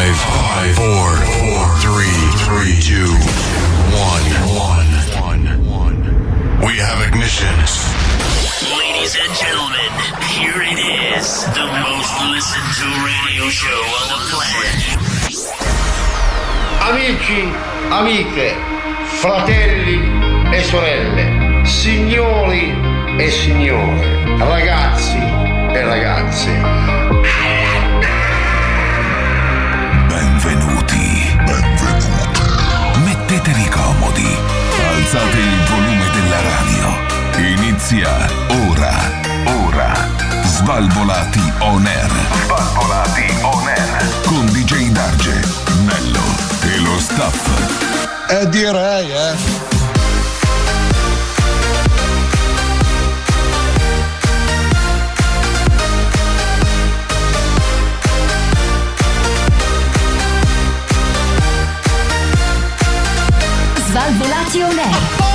5, 4, 4, 3, 3, 2, 1, 1, 1. We have ignition. Ladies and gentlemen, here it is, the most listened to radio show on the planet. Amici, amiche, fratelli e sorelle, signori e signore, ragazzi e ragazze. Benvenuti. Benvenuti. Mettetevi comodi. Alzate il volume della radio. Inizia ora. Ora. Svalvolati on air. Svalvolati on air. Con DJ Darge, Nello e lo staff. Eh direi, eh. Svalvolati on air.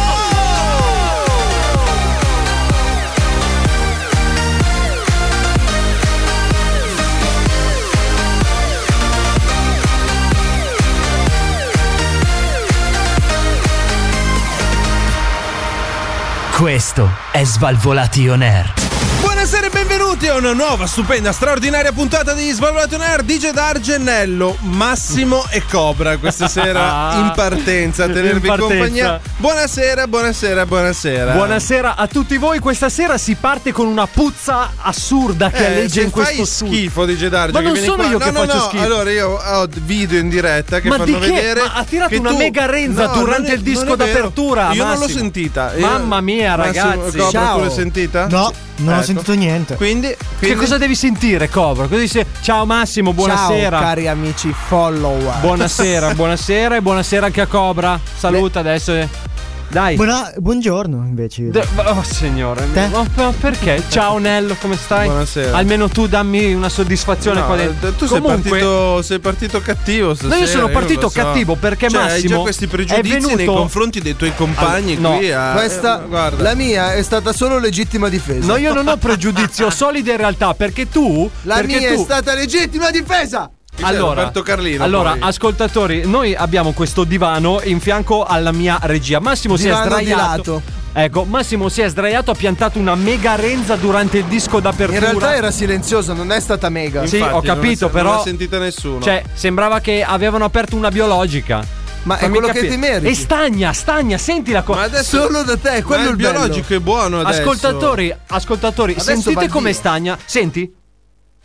Questo è Svalvolati On Air. Buonasera e benvenuti a una nuova, stupenda, straordinaria puntata di Svalvolato Nair DJ D'Argenello, Massimo e Cobra questa sera in partenza a tenervi In partenza. compagnia. Buonasera, buonasera, buonasera. Buonasera a tutti voi, questa sera si parte con una puzza assurda che Eh, alleggia se in questo fai studio. schifo DJ Darge Ma che non vieni sono qua- io no, che no, faccio no. schifo. allora io ho video in diretta che Ma fanno di che? vedere Ma ha tirato che una tu- mega renza No, durante non è- il disco non è vero. d'apertura, io non l'ho Massimo. sentita Io- Mamma mia, Massimo, ragazzi. Cobra, Ciao. tu l'hai sentita? No, non ho Ecco. sentito niente. quindi, Che quindi- cosa devi sentire, Cobra? Cosa dice? Ciao Massimo, buonasera. Ciao cari amici follower. buonasera, buonasera e buonasera anche a Cobra. Saluta adesso. eh. Dai. Buona- buongiorno invece. De- oh signore, Te? ma, ma perché? Ciao Nello, come stai? Buonasera. Almeno tu dammi una soddisfazione No, eh, qua dentro. Tu sei, Comunque- partito, sei partito cattivo stasera. No, io sono lo partito so. cattivo perché Cioè, Hai Massimo già questi è pregiudizi nei venuto- confronti dei tuoi compagni Ah, no. qui. A... Questa, eh, guarda. la mia è stata solo legittima difesa. No, io non ho pregiudizio solide in realtà, perché tu. la perché mia è tu- stata legittima difesa. Chi sei, Roberto Carlino, allora, poi? ascoltatori, noi abbiamo questo divano in fianco alla mia regia. Massimo si è Divano di sdraiato. lato. Ecco, Massimo si è sdraiato, ha piantato una mega renza durante il disco d'apertura. In realtà era silenziosa, non è stata mega. Sì, Infatti, ho non capito, l'ha- però. Non l'ha sentita nessuno. Cioè, sembrava che avevano aperto una biologica. Ma è Fammi quello che capire. ti meriti. E stagna, stagna, senti la cosa. ma adesso Solo da te, ma quello è il il bello. biologico è buono adesso. Ascoltatori, ascoltatori, Adesso va sentite il come Dio. stagna. Senti?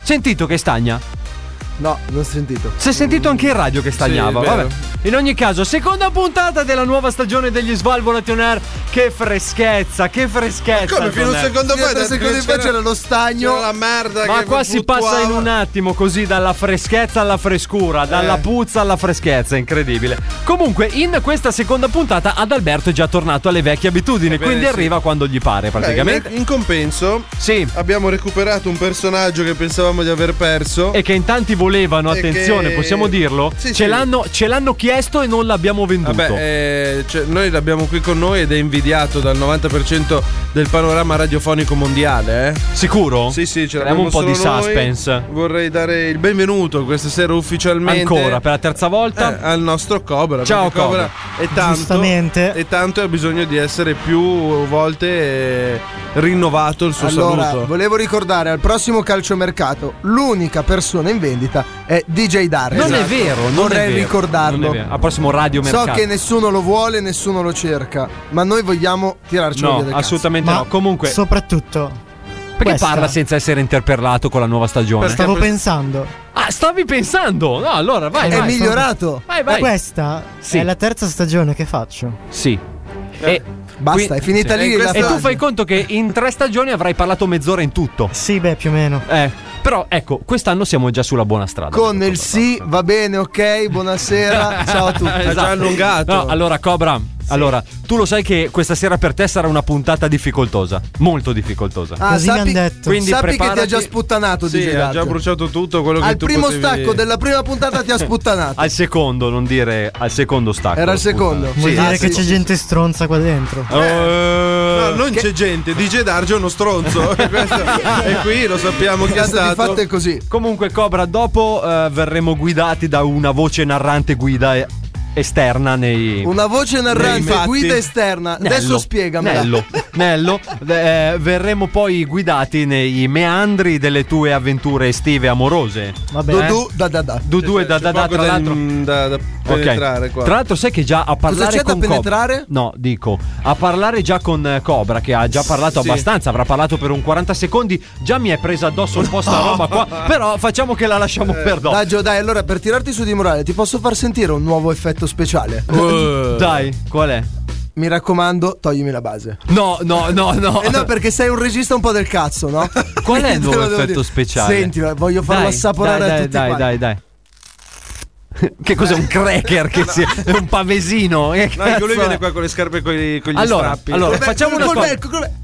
Sentito che stagna? No, non ho sentito. Si è sentito anche in radio che stagnava. Sì, è vero. Vabbè. In ogni caso, seconda puntata della nuova stagione degli Svalvolati on Air. Che freschezza, che freschezza. Come fino a un Antonello. secondo fa? hai Tre detto che secondi fa c'era lo stagno. c'era la merda Ma che qua si fluttuava. passa in un attimo così dalla freschezza alla frescura, dalla Eh. puzza alla freschezza, incredibile. Comunque, in questa seconda puntata Adalberto è già tornato alle vecchie abitudini, bene, quindi Eh, sì. arriva quando gli pare Beh, praticamente. Eh, in- in compenso Sì. abbiamo recuperato un personaggio che pensavamo di aver perso. E che in tanti volevano, E attenzione, che- possiamo dirlo? Sì, ce, sì. L'hanno, ce l'hanno chiesto e non l'abbiamo venduto. Vabbè, eh, cioè, noi l'abbiamo qui con noi ed è invidiato dal 90% del panorama radiofonico mondiale. Eh? Sicuro? Sì, sì, ce l'abbiamo Creiamo un po' di solo noi. suspense. Vorrei dare il benvenuto questa sera ufficialmente Ancora, per la terza volta. eh, al nostro Cobra. Ciao, perché Cobra. È tanto, Giustamente. E tanto e ha bisogno di essere più volte eh, rinnovato il suo Allora, saluto. volevo ricordare al prossimo calciomercato, l'unica persona in vendita è DJ Dario. non è vero, non Esatto. Vorrei è vero. ricordarlo. Non è vero. Al prossimo radio So mercato. che nessuno lo vuole, nessuno lo cerca, ma noi vogliamo tirarcelo via No, del cazzo. assolutamente no. Comunque, Soprattutto. perché questa- parla senza essere interpellato con la nuova stagione? Stavo pensando. Ah, stavi pensando? No, allora vai, È vai. migliorato. Vai, Ma vai. questa Sì. è la terza stagione che faccio. Sì. E, Eh, Basta, Qui- è finita sì. lì E la e tu frase. fai conto che in tre stagioni avrai parlato mezz'ora in tutto. Sì, beh, più o meno. Eh, però ecco, quest'anno siamo già sulla buona strada. con il sì, va bene, ok, buonasera, Ah, ciao a tutti. È già allungato. Esatto. No, allora Cobra, allora, tu lo sai che questa sera per te sarà una puntata difficoltosa, molto difficoltosa. Ah, Così mi sappi, han detto. Quindi sappi che ti ha preparati. già sputtanato sì, DJ ha Darge. già bruciato tutto quello che Al tu primo potevi- stacco della prima puntata ti ha sputtanato. Al secondo, non dire al secondo stacco. Era il secondo. Puttana. Vuol Sì, dire al che secondo. c'è gente stronza qua dentro. Eh, no, non che- c'è gente, DJ Darge è uno stronzo. Questo- e qui lo sappiamo chi è Tanto di stato. fatto è così. Comunque, Cobra, dopo eh, verremo guidati da una voce narrante guida e- esterna nei. Una voce Nei narrante, fatti. guida esterna. Nello, Adesso spiegamela. Nello, Nello, eh, verremo poi guidati nei meandri delle tue avventure estive amorose. Va bene. Dudu da da da. Dudu e eh. da da da, poco tra da- l'altro. da, da Ok. penetrare qua. Tra l'altro, sai che già a parlare c'è da con Cobra- penetrare? No, dico a parlare già con eh, Cobra, che ha già parlato Sì. abbastanza, avrà parlato per un 40 secondi. Già mi è presa addosso un po' sta roba qua. Però facciamo che la lasciamo Eh. per dopo. Eh, Dai, Gio, dai, allora per tirarti su di morale, ti posso far sentire un nuovo effetto speciale. Dai, qual è? Mi raccomando, toglimi la base. No, no, no, no. Eh no, perché sei un regista un po' del cazzo, no? Qual è il nuovo Te lo devo effetto dire. speciale? Senti, voglio farlo Dai, assaporare dai, a dai, tutti Dai, quanti. dai, dai. Che cos'è un cracker? Che si- è un pavesino? Eh, No, che lui cazzo è? viene qua con le scarpe con, gli, con gli Allora, strappi. allora Beh, facciamo una col cosa. becco, col becco.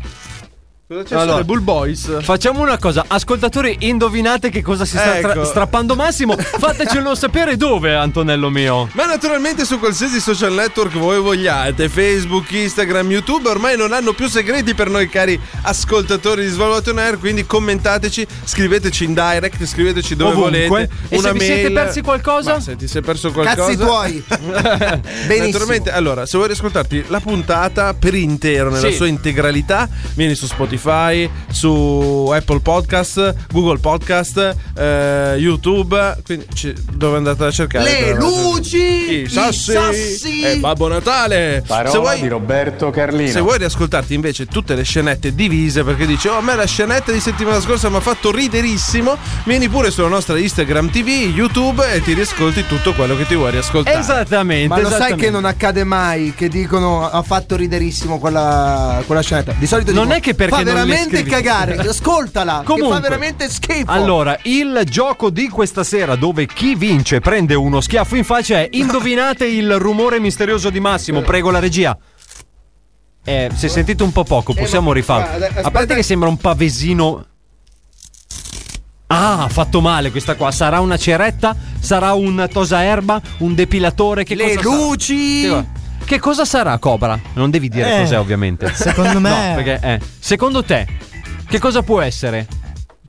Cosa c'è allora. sulle Bull Boys? Facciamo una cosa, ascoltatori, indovinate che cosa si sta Ecco. tra- strappando Massimo. Fatecelo sapere dove, Antonello mio. Ma naturalmente su qualsiasi social network voi vogliate, Facebook, Instagram, YouTube, ormai non hanno più segreti per noi cari ascoltatori di Svalvolato on Air, quindi commentateci, scriveteci in direct, scriveteci dove Ovunque. volete. E se vi siete persi qualcosa? Ma se ti sei perso qualcosa... Cazzi tuoi. Benissimo. Naturalmente, allora, se vuoi riascoltarti la puntata per intero, nella Sì. sua integralità, vieni su Spotify, su Apple Podcast, Google Podcast, eh, YouTube, quindi ci- dove andate a cercare. Le però, luci, I i sassi, sassi. e Babbo Natale. se vuoi, di Roberto Carlino. Se vuoi riascoltarti invece tutte le scenette divise, perché dici, oh, a me la scenetta di settimana scorsa mi ha fatto riderissimo, vieni pure sulla nostra Instagram TV, YouTube e ti riascolti tutto quello che ti vuoi riascoltare. Esattamente. Ma lo sai esattamente. che non accade mai che dicono ha fatto riderissimo quella, quella scenetta. Di solito Non dicono, è che perché fa non le veramente scrivi." cagare. Ascoltala, che Comunque. fa veramente schifo. Allora, il gioco di questa sera dove chi vince prende uno schiaffo in faccia è indovinate il rumore misterioso di Massimo, prego la regia. Eh, se sentite un po' poco, possiamo eh, rifarlo. A parte che sembra un pavesino Ah, ha fatto male questa qua. Sarà una ceretta? Sarà un tosaerba? Un depilatore? Che cosa le sarà? luci. Che- Che cosa sarà Cobra? Non devi dire Eh, cos'è ovviamente. secondo me- No, perché, eh, secondo te che cosa può essere?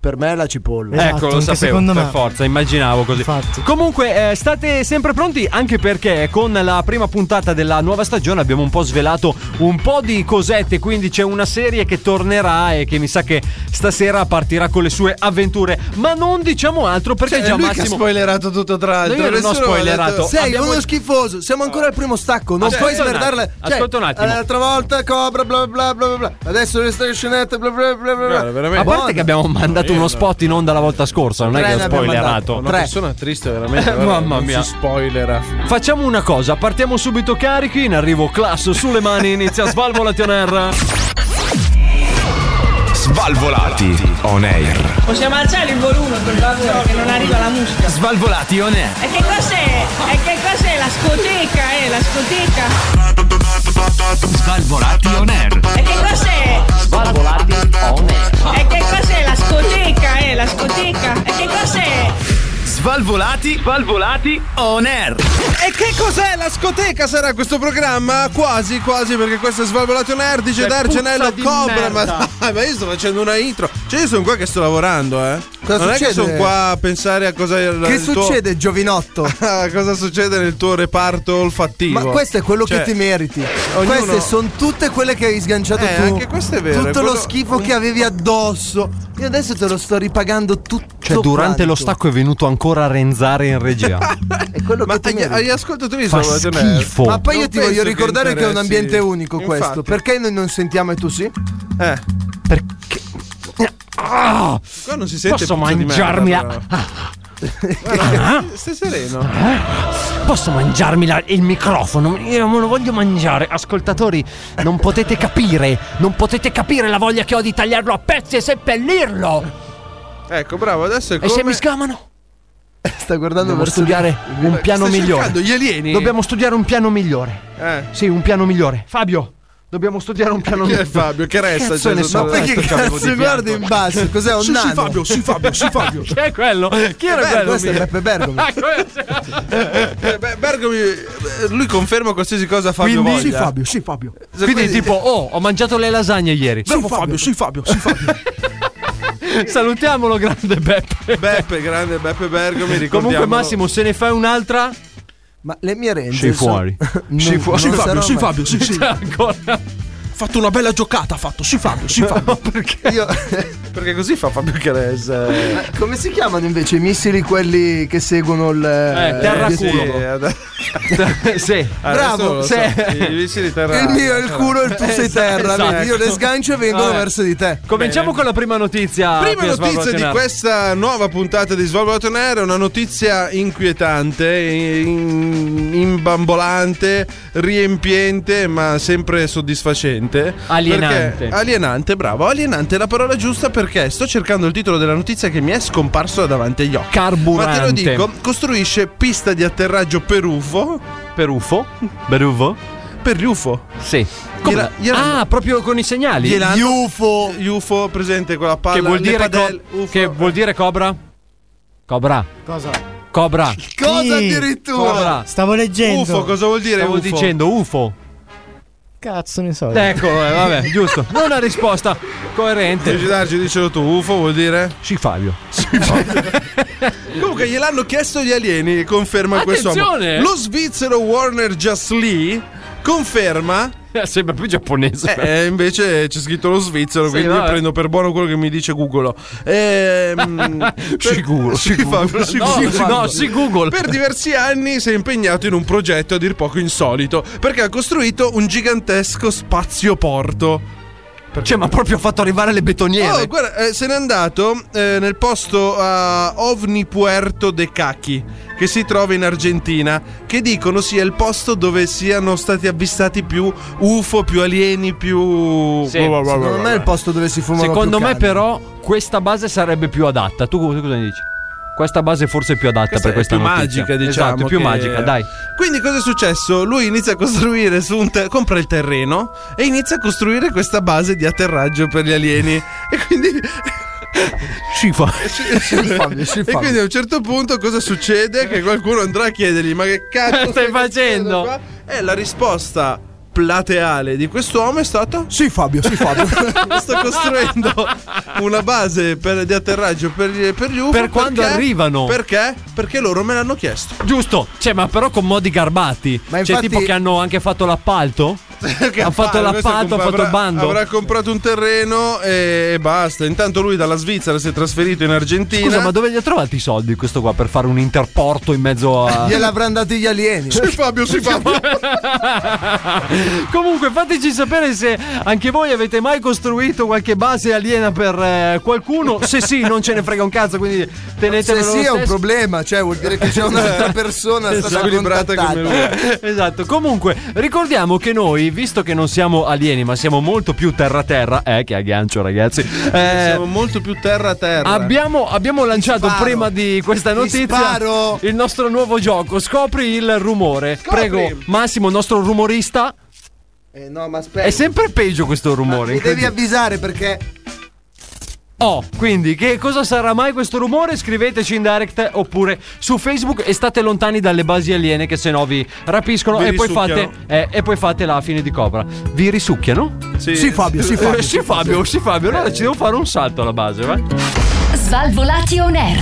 Per me è la cipolla. Esatto, ecco, lo anche sapevo. secondo per me. forza, immaginavo così. Infatti. Comunque, eh, state sempre pronti anche perché con la prima puntata della nuova stagione abbiamo un po' svelato un po' di cosette. Quindi c'è una serie che tornerà e che mi sa che stasera partirà con le sue avventure. Ma non diciamo altro perché Cioè, è già lui che ha Massimo. spoilerato tutto tra Ah, No, l'altro. io non ho Nessuno aveva spoilerato. detto- Sei abbiamo- Ah, uno schifoso. Siamo ancora al primo stacco. Non Ascolta puoi un attimo, smerdarla. ascolta un attimo. L'altra volta Cobra, bla bla bla bla. bla. Adesso le stai scenette, bla bla bla bla. Guarda, bla. veramente. A parte che abbiamo mandato uno spot in onda la volta scorsa, non è Tre che ho ne abbiamo spoilerato. mandato. Una Tre. persona triste veramente. Eh, guarda, mamma non mia. Si spoilera. Facciamo una cosa, partiamo subito carichi, in arrivo classo sulle mani, inizia a Svalvolationer. Svalvolati on air. Possiamo alzare il volume per favore che non arriva la musica. Svalvolati on air. E che cos'è? E che cos'è la scoteca, eh? La scoteca? Svalvolati on air. E che cos'è? Eh, Svalvolati on air. E che cos'è la scoteca, eh? La scoteca? E che cos'è? Svalvolati, svalvolati on air. E che cos'è la scoteca? Sarà questo programma? Quasi, quasi, perché questo è Svalvolato Nerd, dice Cioè, Dargenello puzza di Cobra. merda. Ma, ma io sto facendo una intro. Cioè, io sono qua che sto lavorando, eh. Cosa non è che succede? sono qua a pensare a cosa. Che il tuo- succede, giovinotto? a cosa succede nel tuo reparto olfattivo? Ma questo è quello Cioè, che ti meriti. ognuno- Queste sono tutte quelle che hai sganciato Eh, tu. anche questo è vero, Tutto quello- lo schifo che avevi addosso. Io adesso te lo sto ripagando tutto. Cioè, durante quanto. lo stacco è venuto ancora a renzare in regia. È quello Ma che ti agli, meriti. agli ascoltatori di Fa Svalvolato Nerd- schifo. Ma poi io Non ti voglio penso che ricordare che, è un interessi- ambiente unico Infatti. questo. Perché noi non sentiamo e tu sì? Eh, Perché? Ah, qua non si sente posso puzza di mangiarmi merda, la. però. ah, Stai sereno. Eh? Posso mangiarmi la- il microfono? Io non lo voglio mangiare. Ascoltatori, non potete capire. Non potete capire la voglia che ho di tagliarlo a pezzi e seppellirlo. Ecco, bravo, adesso è E come... se mi scamano? Sta guardando Dobbiamo verso studiare un piano Stai cercando migliore. gli alieni? Dobbiamo studiare un piano migliore. Eh. Sì, un piano migliore. Fabio, dobbiamo studiare un piano Chi è nuovo. Fabio? Che resta? Cazzo, Cioè, ne so, ma poi che questo c'avevo cazzo di guarda fianco. in basso? Cos'è, un Sì, sì, nano? Fabio, sì, Fabio, sì, Fabio. Chi è quello? Chi era Eh, Beh, quello? questo è Beppe Bergomi. Ah, questo- Eh, beh, Bergomi, eh, lui conferma qualsiasi cosa Fabio Quindi- voglia. Sì, Fabio, sì, Fabio. Se Quindi, quindi- tipo, oh, ho mangiato le lasagne ieri. Sì, Bravo Fabio, Fabio, sì Fabio, sì Fabio. Salutiamolo, grande Beppe. Beppe, grande Beppe Bergomi, ricordiamo. Comunque Massimo, se ne fai un'altra... Ma le mie rende Sci sono- fuori. Non- Sci fuori. Sci non Fabio, sarò sci mai- Fabio, sì, sì. fatto una bella giocata, ha fatto, sì Fabio, sì Fabio. perché? perché così fa Fabio Cheres. Eh, Come si chiamano invece i missili quelli che seguono il Eh, sì, ad- sì. Bravo, Adesso lo so, sì. i missili terra- Il mio è il culo e il tuo sei Esatto, terra. vedi? Io le esatto. sgancio e vengono Vabbè. verso di te. Cominciamo con la prima notizia. Prima per notizia di svalvolazionare. questa nuova puntata di Svalvolato Nero è una notizia inquietante, in- imbambolante, riempiente, ma sempre soddisfacente. Alienante. Perché- alienante, bravo. Alienante è la parola giusta perché sto cercando il titolo della notizia che mi è scomparso da davanti agli occhi. Ma Carburante. te lo dico, costruisce pista di atterraggio per UFO. Per UFO? Per UFO? Per gli UFO. Sì. Gliela- gliela- Ah, proprio con i segnali. Gliel'hanno- UFO. UFO presente con la palla Che vuol, le dire co- padelle, UFO. che vuol dire cobra? Cobra. Cosa? Cobra. Cosa Sì. addirittura? Cobra. Stavo leggendo. UFO, cosa vuol dire Stavo UFO? dicendo UFO. Cazzo ne so. Eccolo, eh, vabbè, giusto. Non una risposta coerente. Darci, dicelo tu, UFO vuol dire? Sì, Fabio. Comunque gliel'hanno chiesto gli alieni, conferma questo uomo. Attenzione! Lo svizzero Warner Just Lee conferma. Eh, Sembra più giapponese. Eh, eh, invece c'è scritto lo svizzero, quindi vabbè. prendo per buono quello che mi dice Google. Ehm, per- Sicuro, Sì, Fabio, No, sicuro. sì, no, sì, Google. Per diversi anni si è impegnato in un progetto a dir poco insolito, perché ha costruito un gigantesco spazioporto. Cioè, ma proprio ha fatto arrivare le betoniere. Oh, guarda, eh, se n'è andato eh, nel posto a Ovni Puerto de Cacchi, che si trova in Argentina, che dicono sia il posto dove siano stati avvistati più UFO, più alieni, più... Sì. Secondo me è il posto dove si fumano Secondo più me, canne. però, questa base sarebbe più adatta. Tu co- cosa ne dici? Questa base forse è più adatta Questa per è questa più notizia. magica, diciamo. Esatto, è più che- magica, dai. Quindi cosa è successo? Lui inizia a costruire su un ter- compra il terreno e inizia a costruire questa base di atterraggio per gli alieni. e quindi Scifa. Fabio, sì, E Fabio. quindi a un certo punto cosa succede? Che qualcuno andrà a chiedergli: Ma che cazzo Stai facendo?" qua?" E la risposta plateale di quest'uomo è stata: Sì, Fabio, sì, Fabio. Sto costruendo una base per- di atterraggio per gli, per gli UFO. Per quando perché- arrivano." Perché? Perché loro me l'hanno chiesto. Giusto, cioè, ma però con modi garbati. Ma cioè, infatti- tipo che hanno anche fatto l'appalto. Ha Hanno fatto l'appalto, hanno fatto il bando. Avrà comprato un terreno e basta. Intanto lui dalla Svizzera si è trasferito in Argentina. Scusa, ma dove gli ha trovati i soldi questo qua per fare un interporto in mezzo a. Gliel'avranno dati gli alieni. Sì, Fabio, sì, Fabio. Comunque, fateci sapere se anche voi avete mai costruito qualche base aliena per eh, qualcuno. Se sì, non ce ne frega un cazzo, quindi tenetelo Se lo sì è un stesso. problema, cioè vuol dire che c'è un'altra persona stata Squilibrata come contattata. lui. Esatto, comunque ricordiamo che noi, visto che non siamo alieni ma siamo molto più terra-terra, eh che aggancio ragazzi, eh, Siamo molto più terra a terra. abbiamo, abbiamo lanciato sparo. prima di questa Ti notizia sparo. il nostro nuovo gioco, scopri il rumore, prego Massimo, il nostro rumorista, Eh, no, ma aspetta. è sempre peggio questo rumore. Mi devi incredibile. avvisare perché Oh, quindi che cosa sarà mai questo rumore? Scriveteci in direct oppure su Facebook e state lontani dalle basi aliene che sennò vi rapiscono Vi e poi, risucchiano. fate, eh, e poi fate la fine di Cobra. Vi risucchiano? Sì, Fabio, sì, Fabio. Eh, sì Fabio, sì Fabio, allora ci devo fare un salto alla base, va? Svalvolati on air.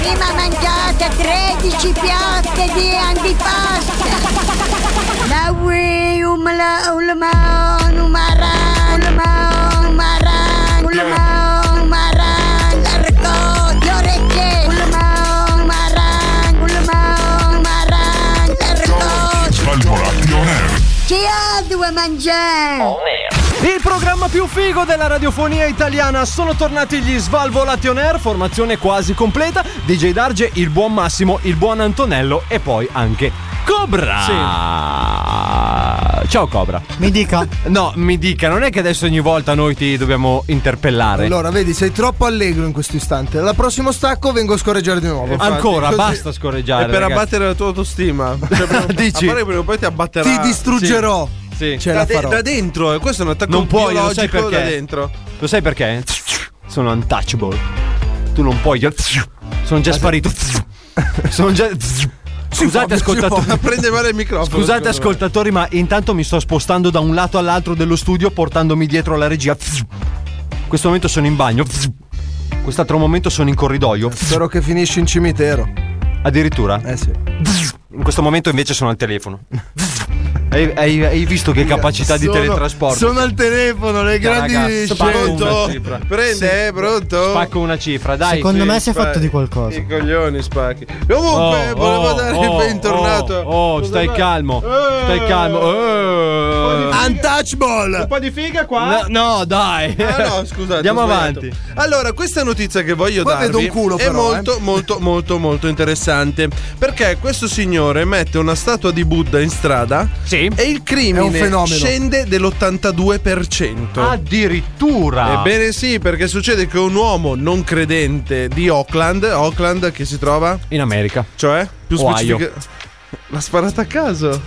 Prima mangiate 13 piatte di antipasto. La um, ui umla ulma numara ulma numara um, ulma numara la ricordo le orecchie um, ulma numara ulma numara la ricordo chi ha due mangiare? Il programma più figo della radiofonia italiana sono tornati gli Svalvolati on Air, formazione quasi completa, DJ Darge, il buon Massimo, il buon Antonello e poi anche Ah. Cobra. Ah, Ciao Cobra. Mi dica. No, mi dica, non è che adesso ogni volta noi ti dobbiamo interpellare. Allora, vedi, sei troppo allegro in questo istante. Al prossimo stacco vengo a scorreggiare di nuovo. cioè, infatti, Ancora, così- basta scorreggiare. E per ragazzi. abbattere la tua autostima. Cioè, prima- Dici? a parte che prima o poi ti abbatterà. Ti distruggerò. Sì. Sì. C'è da, de- da dentro, eh, questo è un attacco Non puoi, lo sai biologico perché? da dentro. Lo sai perché? Sono untouchable. Tu non puoi. io- Sono già sparito. Sono già. Fabio, Scusate, si ascoltatori. può. Prende male il microfono, Scusate, secondo me. ascoltatori, ma intanto mi sto spostando da un lato all'altro dello studio, portandomi dietro la regia. In questo momento sono in bagno. Quest'altro momento sono in corridoio. Spero che finisci in cimitero. Addirittura? Eh sì. In questo momento invece sono al telefono. Hai, hai- hai visto che capacità di Sono- teletrasporto? Cioè, sono al telefono, le grandi Ragazzi, spacco una Pronto? cifra. Prende, eh, pronto? Spacco una cifra, dai. Secondo me si è fatto spacchi. di qualcosa. I coglioni spacchi. Comunque, Oh, volevo oh, dare oh, il bentornato. Oh, oh, stai calmo. Stai calmo. Eh. Untouchable! Un po' di figa qua? No, no, dai. Ah, no, scusate. Andiamo ho sbagliato. avanti. Allora, questa notizia che voglio Qua darvi vedo un culo, è però, eh. molto, molto, molto, molto interessante. Perché questo signore mette una statua di Buddha in strada Sì. e il È un crimine fenomeno. Ah, scende dell'82%. Addirittura. Esatto. Ebbene sì, perché succede che un uomo non credente di Oakland, Oakland che si trova, In America. cioè, più Ohio. specifica, l'ha sparata a caso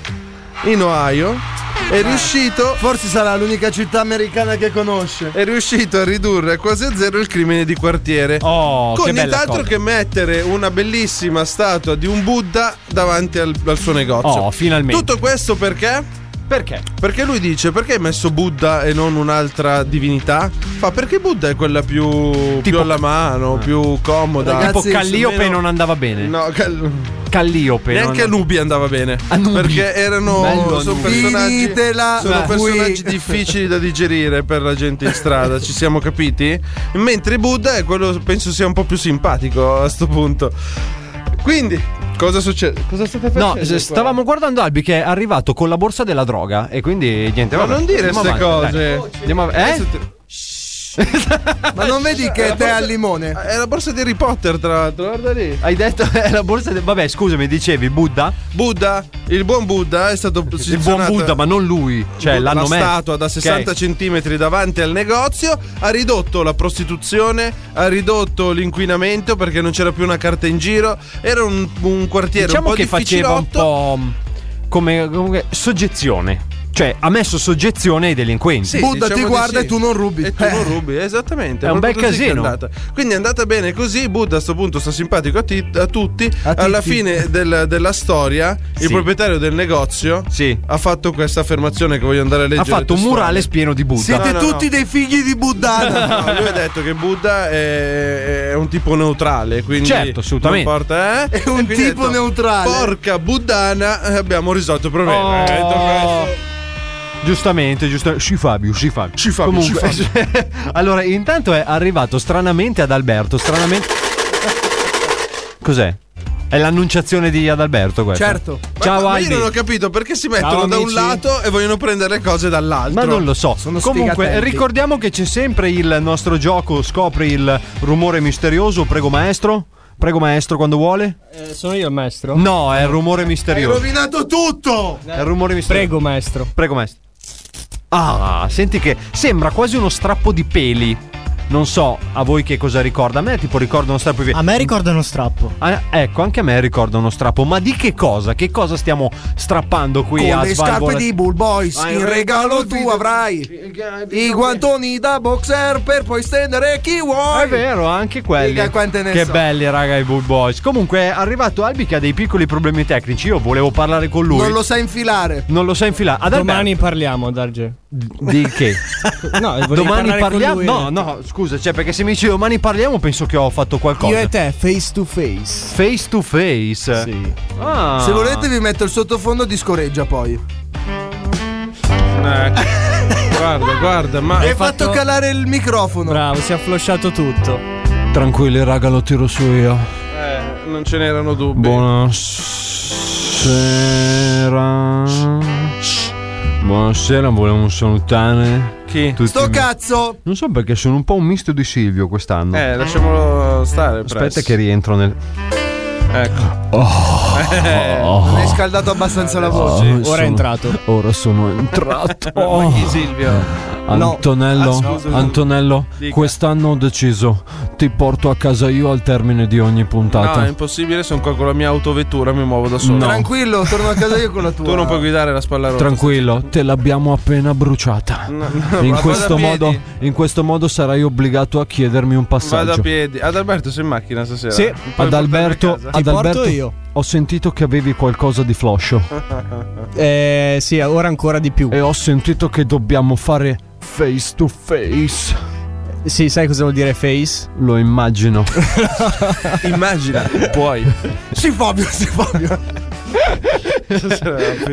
in Ohio, è riuscito Forse sarà l'unica città americana che conosce. è riuscito a ridurre quasi a zero il crimine di quartiere. Oh, con che bella nient'altro cosa. che mettere una bellissima statua di un Buddha davanti al, al suo negozio. Oh, finalmente. Tutto questo perché? Perché? Perché lui dice perché hai messo Buddha e non un'altra divinità? Fa perché Buddha è quella più, più Tipo- Eh. alla mano, più comoda. Ragazzi, tipo Calliope almeno- non andava bene. No, cal- Calliope. neanche non- Anubi andava bene. Anubi. Perché erano Ah, Bello sono Anubi. personaggi, Finitela sono qui. personaggi difficili da digerire per la gente in strada, ci siamo capiti? Mentre Buddha è quello penso sia un po' più simpatico a sto punto. Quindi, cosa succede? Cosa state facendo? No, qua? s- stavamo guardando Albi che è arrivato con la borsa della droga e quindi niente. Ma vabbè, non dire andiamo queste avanti, dai. cose. Andiamo av- eh? Adesso te- Ma non vedi che è tè al limone? È la borsa di Harry Potter, tra l'altro, guarda lì. Hai detto è la borsa. de- Vabbè, scusami, dicevi Buddha? Buddha, il buon Buddha è stato Il buon Buddha, ma non lui. Cioè, l'hanno la messo. statua da 60 Ok. cm davanti al negozio ha ridotto la prostituzione, ha ridotto l'inquinamento perché non c'era più una carta in giro. Era un, un quartiere Diciamo un po' che faceva un difficilotto. po' mh, come, come- soggezione. Cioè, ha messo soggezione ai delinquenti. Sì, Buddha ti diciamo di guarda sì. e tu non rubi. E tu Eh. non rubi, esattamente. È un proprio bel così che è casino. andata. Quindi è andata bene così. Buddha a sto punto sta simpatico a, ti- a tutti. A Alla titti. fine del- della storia, il Sì. proprietario del negozio Sì. ha fatto questa affermazione che voglio andare a Ha leggere. fatto un testuale. murale pieno di Buddha. Siete no, no, tutti no. dei figli di Buddha. No, lui ha detto che Buddha è, è un tipo neutrale, quindi Certo, assolutamente. non porta, eh? È un E quindi ha tipo neutrale. Porca buddana, eh, abbiamo risolto il problema. Oh. Eh, detto questo- Giustamente, giustamente. Sì, Fabio, sì, Fabio. Sì, Fabio, Comunque, sì, allora, intanto è arrivato stranamente ad Alberto. Stranamente. Cos'è? È l'annunciazione di Adalberto questo. Certo. Ma- Ciao ma, Albi. io non ho capito perché si mettono Ciao, da un amici. lato e vogliono prendere le cose dall'altro. Ma non lo so. Sono Comunque, sfigatenti. ricordiamo che c'è sempre il nostro gioco. Scopri il rumore misterioso. Prego, maestro. Prego, maestro, quando vuole. sono io il maestro? No, è il rumore Hai misterioso. rovinato tutto! È il rumore misterioso. Prego, maestro. Prego, maestro. Ah, senti che sembra quasi uno strappo di peli. Non so a voi che cosa ricorda. A me tipo ricorda uno strappo di peli. A me ricorda uno strappo. Ah, ecco, anche a me ricorda uno strappo. Ma di che cosa? Che cosa stiamo strappando qui Con a le scarpe Svalvola- di Bull Boys, Ah, in il regalo tu avrai i guantoni da boxer per poi stendere chi vuoi. È vero, eh, anche quelli. Figa, quante ne che so. belli, raga, i Bull Boys. Comunque è arrivato Albi che ha dei piccoli problemi tecnici. Io volevo parlare con lui. Non lo sai infilare. Non lo so infilare. Ad Domani parliamo, Darge. Alberto- di che? No, volevo domani parlare con parliamo? lui. No, no, scusa, cioè perché se mi dici domani parliamo penso che ho fatto qualcosa. Io e te, face to face. Face to face. Sì. Ah. Se volete vi metto il sottofondo di scoreggia poi. Eh, guarda, guarda, ma. Hai fatto calare il microfono. Bravo, Ah, si è afflosciato tutto. Tranquilli, raga, lo tiro su io. Eh, non ce n'erano dubbi. Buonasera. Buonasera, volevamo salutare. Chi? tutti Sto i- cazzo! Non so perché sono un po' un misto di Silvio quest'anno. Eh, lasciamolo stare. Aspetta Press. che rientro nel. Oh. Ecco. Non hai scaldato abbastanza la voce. Ora entrato. Ora sono entrato. Oh. Ma chi Silvio? Eh, No. Antonello, Ah, scusa. Antonello, Dica. quest'anno ho deciso, ti porto a casa io al termine di ogni puntata. No, è impossibile, sono qua con la mia autovettura, mi muovo da solo. No. Tranquillo, torno a casa io con la tua. Tu non puoi guidare la spalla rotta. Tranquillo, te l'abbiamo appena bruciata. No, no, in, vado questo a piedi. modo, in questo modo sarai obbligato a chiedermi un passaggio. Vado a piedi. Ad Alberto sei in macchina stasera. Sì, Puoi ad portarmi a Alberto, casa? ad Alberto ho sentito che avevi qualcosa di floscio. Eh sì, ora ancora di più. E ho sentito che dobbiamo fare face to face. Sì, sai cosa vuol dire face? Lo immagino. Immagina, puoi. Sì, Fabio, sì, Fabio.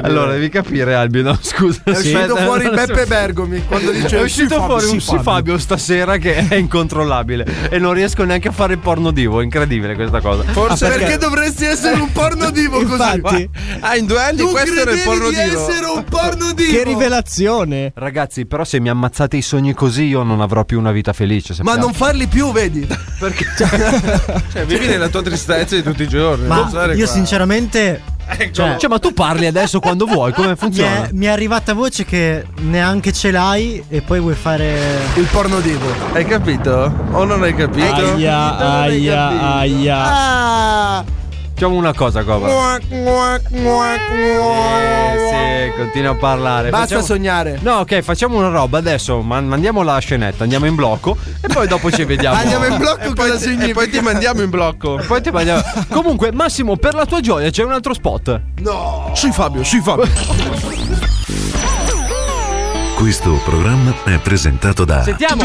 allora, devi capire, Albi, no? Scusa. È uscito aspetta, fuori non lo so. Beppe Bergomi quando dice è "Sì, uscito Fabio, fuori sì, un sì Fabio". Fabio stasera che è incontrollabile e non riesco neanche a fare il porno divo, è incredibile questa cosa. Forse Ah, perché? dovresti essere un porno divo così? Ah, in due anni tu questo era il credevi porno di divo. essere un porno divo. rivelazione! Ragazzi, però se mi ammazzate i sogni così io non avrò più una vita felice. Ma sappiate. non farli più, vedi? Perché Cioè, vivi nella tua tristezza di tutti i giorni. non stare qua. sinceramente. Ecco. Cioè, cioè, ma tu parli adesso quando vuoi, come Mi funziona? è, mi è arrivata voce che neanche ce l'hai e poi vuoi fare il porno divo. Hai capito? O non hai capito? Aia, Non hai aia, capito. aia. Ah, Facciamo una cosa, Cobra. Eh, sì, continua a parlare. Basta Facciamo- sognare. No, ok, facciamo una roba adesso. ma- Mandiamo la scenetta, andiamo in blocco e poi dopo ci vediamo. Andiamo in blocco E cosa poi, significa? e poi ti mandiamo in blocco. E poi ti mandiamo. Comunque, Massimo, per la tua gioia c'è un altro spot. No. Sì, Fabio, sì, Fabio. Questo programma è presentato da Sentiamo.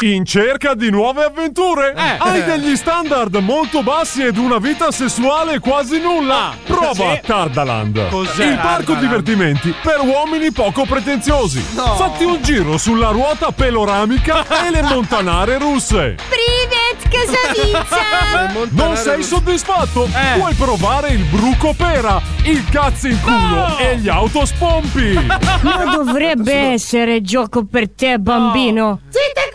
In cerca di nuove avventure? Hai Eh. degli standard molto bassi ed una vita sessuale quasi nulla? Prova Ah. Sì. Tardaland, Cos'è il parco Tardaland? divertimenti per uomini poco pretenziosi. Fatti un giro sulla ruota peloramica e le montanare russe. Привет, Casavizza! Non sei soddisfatto? Eh. Puoi provare il bruco pera, il cazzo in culo e gli autospompi. Non dovrebbe essere gioco per te, bambino. Zitta e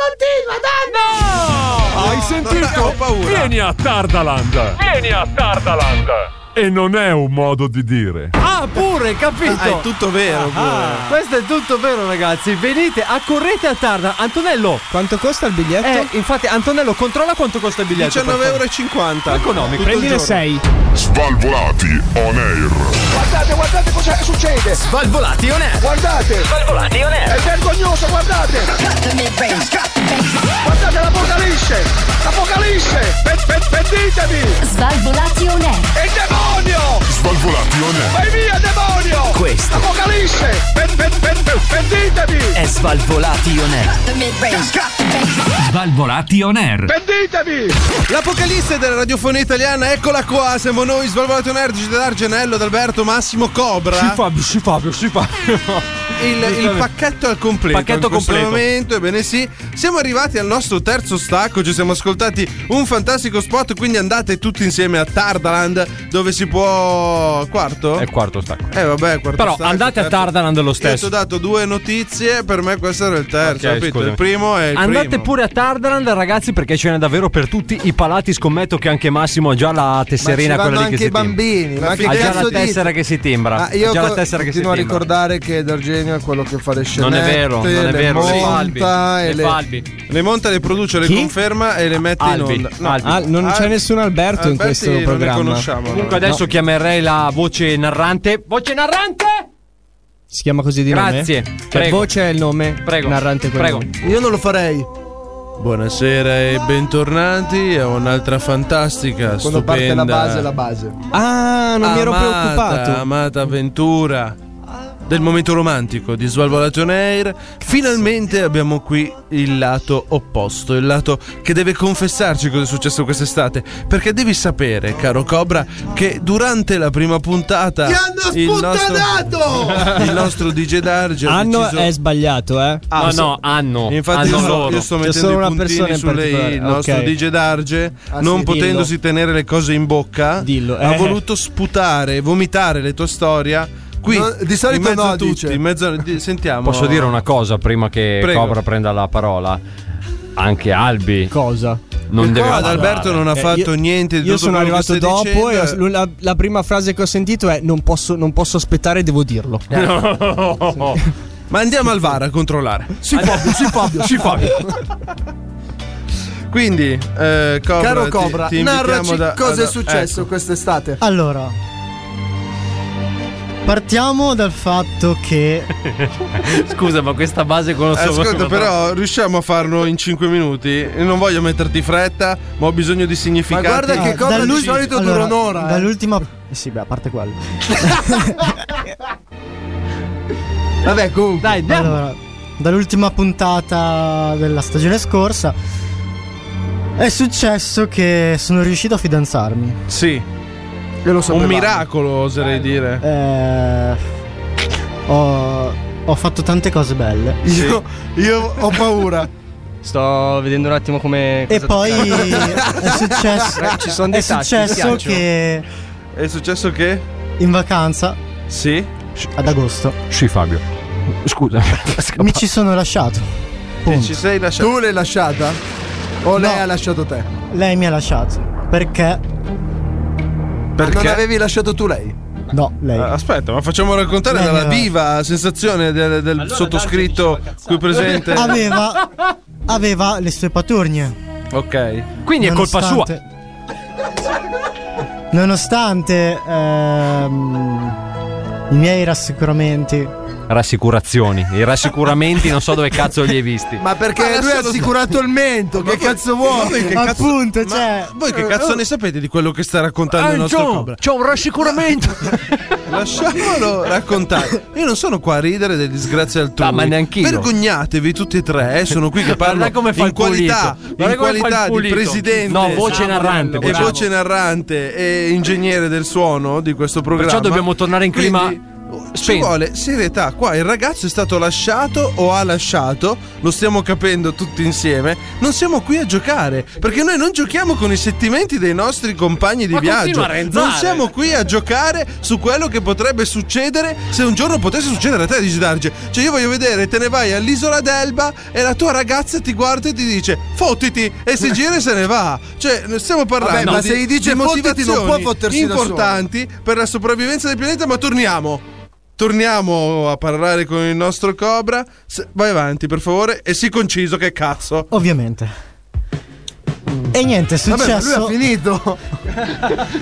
continua, danno! Hai sentito? Vieni a Tardaland. Vieni a Tardaland. E non è un modo di dire. Ah, pure, capito? ah. Ah, è tutto vero, pure. questo è tutto vero, ragazzi. Venite, accorrete a tarda. Antonello, quanto costa il biglietto? Eh, infatti, Antonello, controlla quanto costa il biglietto. 19,50 euro. Economico. Prendine sei. Svalvolati on air. Guardate, guardate cosa succede! Svalvolati on air! Guardate! Svalvolati on air! È vergognoso, guardate! Guardate l'apocalisse! L'apocalisse! Pe- pe- Pentitevi! Svalvolati on air! Il demonio! Svalvolati on air. Vai via, demonio! Questo. Apocalisse! Pe- pe- pe- pe- Pentitevi! È Svalvolati on air. Svalvolati on air. Pentitevi! L'apocalisse della radiofonia italiana, eccola qua, siamo noi, Svalvolato Energici dell'Argenello, d'Alberto, Massimo Cobra. Sì, Fabio, sì, Fabio, sì, Fabio. Il, il pacchetto al completo. Pacchetto in questo completo. momento, ebbene sì. Siamo arrivati al nostro terzo stacco, ci siamo ascoltati un fantastico spot, quindi andate tutti insieme a Tardaland dove si può... Quarto? È quarto stacco. Eh vabbè, quarto Però stacco, andate a terzo. Tardaland lo Io ti stesso. ho dato due notizie, per me questo era il terzo, Ok, capito? scusami. Il primo è il Andate primo. pure a Tardaland, ragazzi, perché ce n'è davvero per tutti i palati. Scommetto che anche Massimo ha già la tesserina, Ma ci vanno quella lì anche che si i bambini, timbra. ma che ha già cazzo la tessera dite? che si timbra. Ma Ha Ah, io già la co- tessera che si continuo a timbra. ricordare che D'Argenio è quello che fa le scenette Non è vero, non è le vero, le fa Albi, monta le e le... fa Le monta, le produce, le Chi? conferma e le mette Albi, in onda. Albi. Ah, non c'è nessun Alberto in Alberti questo Eh, non ne programma. conosciamo, Comunque adesso chiamerei la voce narrante. Voce narrante! Si chiama così di Grazie, nome? Cioè, prego. voce è il nome. Prego. Narrante quel nome. Io non lo farei. Buonasera e bentornati a un'altra fantastica, Quando stupenda parte la base, la base. Ah, non mi ero amata, preoccupato. Amata avventura del momento romantico di Svalvolation Air. Finalmente abbiamo qui il lato opposto, il lato che deve confessarci cosa è successo quest'estate. Perché devi sapere, caro Cobra, che durante la prima puntata. Ti hanno il sputtanato! nostro, il nostro DJ Darge ha Anno deciso- è sbagliato, eh? Ah, no, anno. Infatti, io, sto, io sto mettendo i puntini su lei. Il nostro DJ Darge, Ah, sì, non dillo. potendosi tenere le cose in bocca, ha eh. voluto sputare, vomitare le tue storie. Qui, No, di solito in mezzo no, a tutti, dice. in mezzo a- di- sentiamo. Posso dire una cosa prima che Prego. Cobra prenda la parola? Anche Albi. Cosa? Non deve Ad parlare. Alberto non ha Eh, fatto io- niente di Io tutto sono quello che arrivato stai dopo dicendo. e ho- la, la Eh. prima frase che ho sentito è: Non posso, non posso aspettare, devo dirlo. No. Ma andiamo al VAR a controllare. Sì, Fabio, sì, Fabio, sì, Fabio. Quindi, eh, Cobra, Caro ti- Cobra, ti invitiamo narraci da- cosa ad- è successo ecco. quest'estate. Allora, partiamo dal fatto che. Scusa, ma questa base con lo Eh, Ascolta, però riusciamo a farlo in 5 minuti. Non voglio metterti fretta, ma ho bisogno di significati. Eh, Ah, dall'ulti- allora, Dall'ultima. Eh sì, beh, a parte quello. Vabbè, comunque. Dai, Allora, dall'ultima puntata della stagione scorsa è successo che sono riuscito a fidanzarmi. Sì. sapevamo. Un miracolo, oserei dire. Eh, ho, ho fatto tante cose belle. Io, io ho paura. Sto vedendo un attimo come. E cosa poi toccare. è successo, Beh, ci sono dei è tacchi, successo schiaccio. eh, che È successo che? in vacanza Sì. ad agosto Sì, Fabio. Scusa. mi ci sono lasciato. Punto. Ci sei lasciato. Tu l'hai lasciata? O lei ha lasciato te? Lei mi ha lasciato perché Perché? Non avevi lasciato tu lei? No, lei. Eh, Aspetta, ma facciamo raccontare Lei dalla aveva- viva sensazione del, del sottoscritto qui presente. aveva aveva le sue paturnie. Ok. Quindi è colpa sua. Nonostante ehm, i miei rassicuramenti Rassicurazioni. I rassicuramenti non so dove cazzo li hai visti. Eh, Ma perché lui ha assicurato il mento? che cazzo vuoi? voi che cazzo- Appunto, ma cioè. Voi che cazzo ne sapete di quello che sta raccontando Ah, il nostro Gio, Cobra? C'è un rassicuramento. Lasciamolo raccontare. Io non sono qua a ridere delle disgrazie altrui. Ah, ma neanch'io. Vergognatevi tutti e tre. eh, Sono qui che parlo Guarda come fa in il pulito. qualità, Guarda in come fa il qualità di pulito. presidente. No, voce narrante, E bravo. voce narrante e ingegnere del suono di questo programma. Perciò dobbiamo tornare in clima Quindi, ci spento. vuole serietà. Qua il ragazzo è stato lasciato o ha lasciato, lo stiamo capendo tutti insieme. Non siamo qui a giocare perché noi non giochiamo con i sentimenti dei nostri compagni di Ma continua viaggio. a renzare. Non siamo qui a giocare su quello che potrebbe succedere se un giorno potesse succedere a te, dice Darge. Cioè, io voglio vedere, te ne vai all'isola d'Elba e la tua ragazza ti guarda e ti dice fottiti e si gira e se ne va. Cioè, ne stiamo parlando Vabbè, ma di, se gli dice di fottiti non può motivazioni fottersi da solo. importanti per la sopravvivenza del pianeta, ma torniamo. Torniamo a parlare con il nostro Cobra. Se- Vai avanti, per favore, e sii conciso, che cazzo. Ovviamente. E niente, è Vabbè, ma successo. lui ha finito.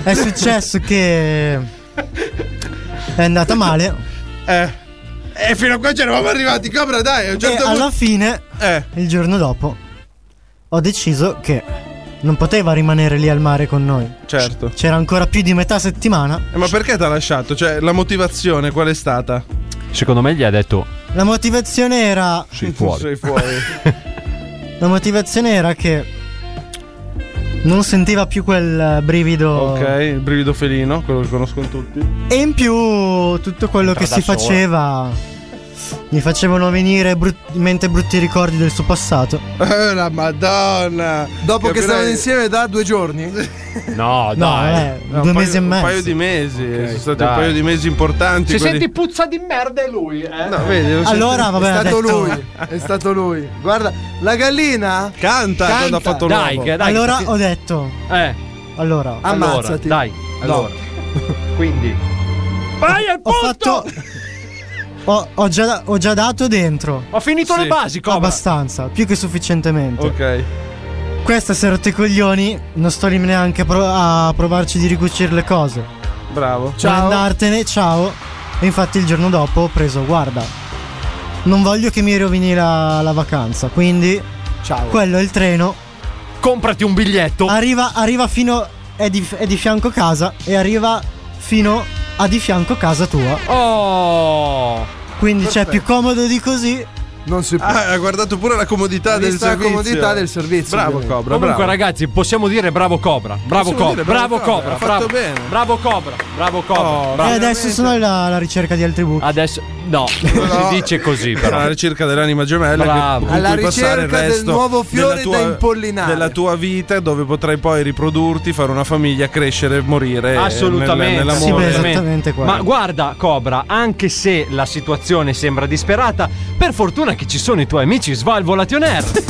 è successo che è andata male. Eh. E fino a qua ci eravamo arrivati, Cobra, dai, a un certo e punto- Eh. alla fine, il giorno dopo, ho deciso che non poteva rimanere lì al mare con noi. Certo. C'era ancora più di metà settimana. Eh, Ma perché ti ha lasciato? Cioè, la motivazione qual è stata? Secondo me gli ha detto La motivazione era. sei fuori. Sei fuori. La motivazione era che. Non sentiva più quel eh, brivido. ok, il brivido felino, quello che conoscono tutti. E in più tutto quello che da si sola. faceva mi facevano venire brut- in mente brutti ricordi del suo passato. Eh, la madonna. Dopo che Capirai- stavano insieme da due giorni? No, dai. No, due un paio- mesi e mezzo. Un paio di mesi, sono stati dai. un paio di mesi importanti. quelli- puzza di merda è lui, eh? No, vedi, lo allora, senti- vabbè, è ha stato detto- lui. È stato lui. Guarda, la gallina canta, quando ha fatto l'uovo. allora ho detto. Eh. Allora. Ammazzati. dai, allora. Quindi. Vai al punto! Ho, fatto- ho- ho già, ho già dato dentro. Ho finito le basi, Cobra. Abbastanza, più che sufficientemente. Ok. Questa sera rotto i coglioni, non sto lì neanche a pro- a provarci di ricucire le cose. Bravo. Ciao. andartene, ciao. E infatti il giorno dopo ho preso, guarda, non voglio che mi rovini la, la vacanza, quindi ciao. quello è il treno. Comprati un biglietto. Arriva, arriva fino... È di, è di fianco casa e arriva fino a di fianco casa tua. Oh! Quindi c'è Perfetto. più comodo di così. Non si può. Ah, ha guardato pure la comodità Ha del visto la servizio. comodità del servizio, Bravo, ovviamente. Cobra. Comunque, bravo. ragazzi, possiamo dire bravo Cobra. Bravo Possiamo Cobra. dire bravo Bravo Cobra, Cobra. ha fatto Bravo bene. Bravo Cobra. Bravo Cobra. bravo. e adesso sono alla, alla ricerca di altri buchi. Adesso no, non No. si dice così però. Alla ricerca dell'anima gemella Bravo. che- con Alla cui passare il ricerca del resto nuovo fiore della tua- da impollinare. della tua vita dove potrai poi riprodurti, fare una famiglia, crescere, morire eh, Assolutamente, nel- sì, nell'amore. beh, esattamente quello. Ma guarda, Cobra, anche se la situazione sembra disperata, per fortuna che ci sono i tuoi amici Svalvolation Air. certo.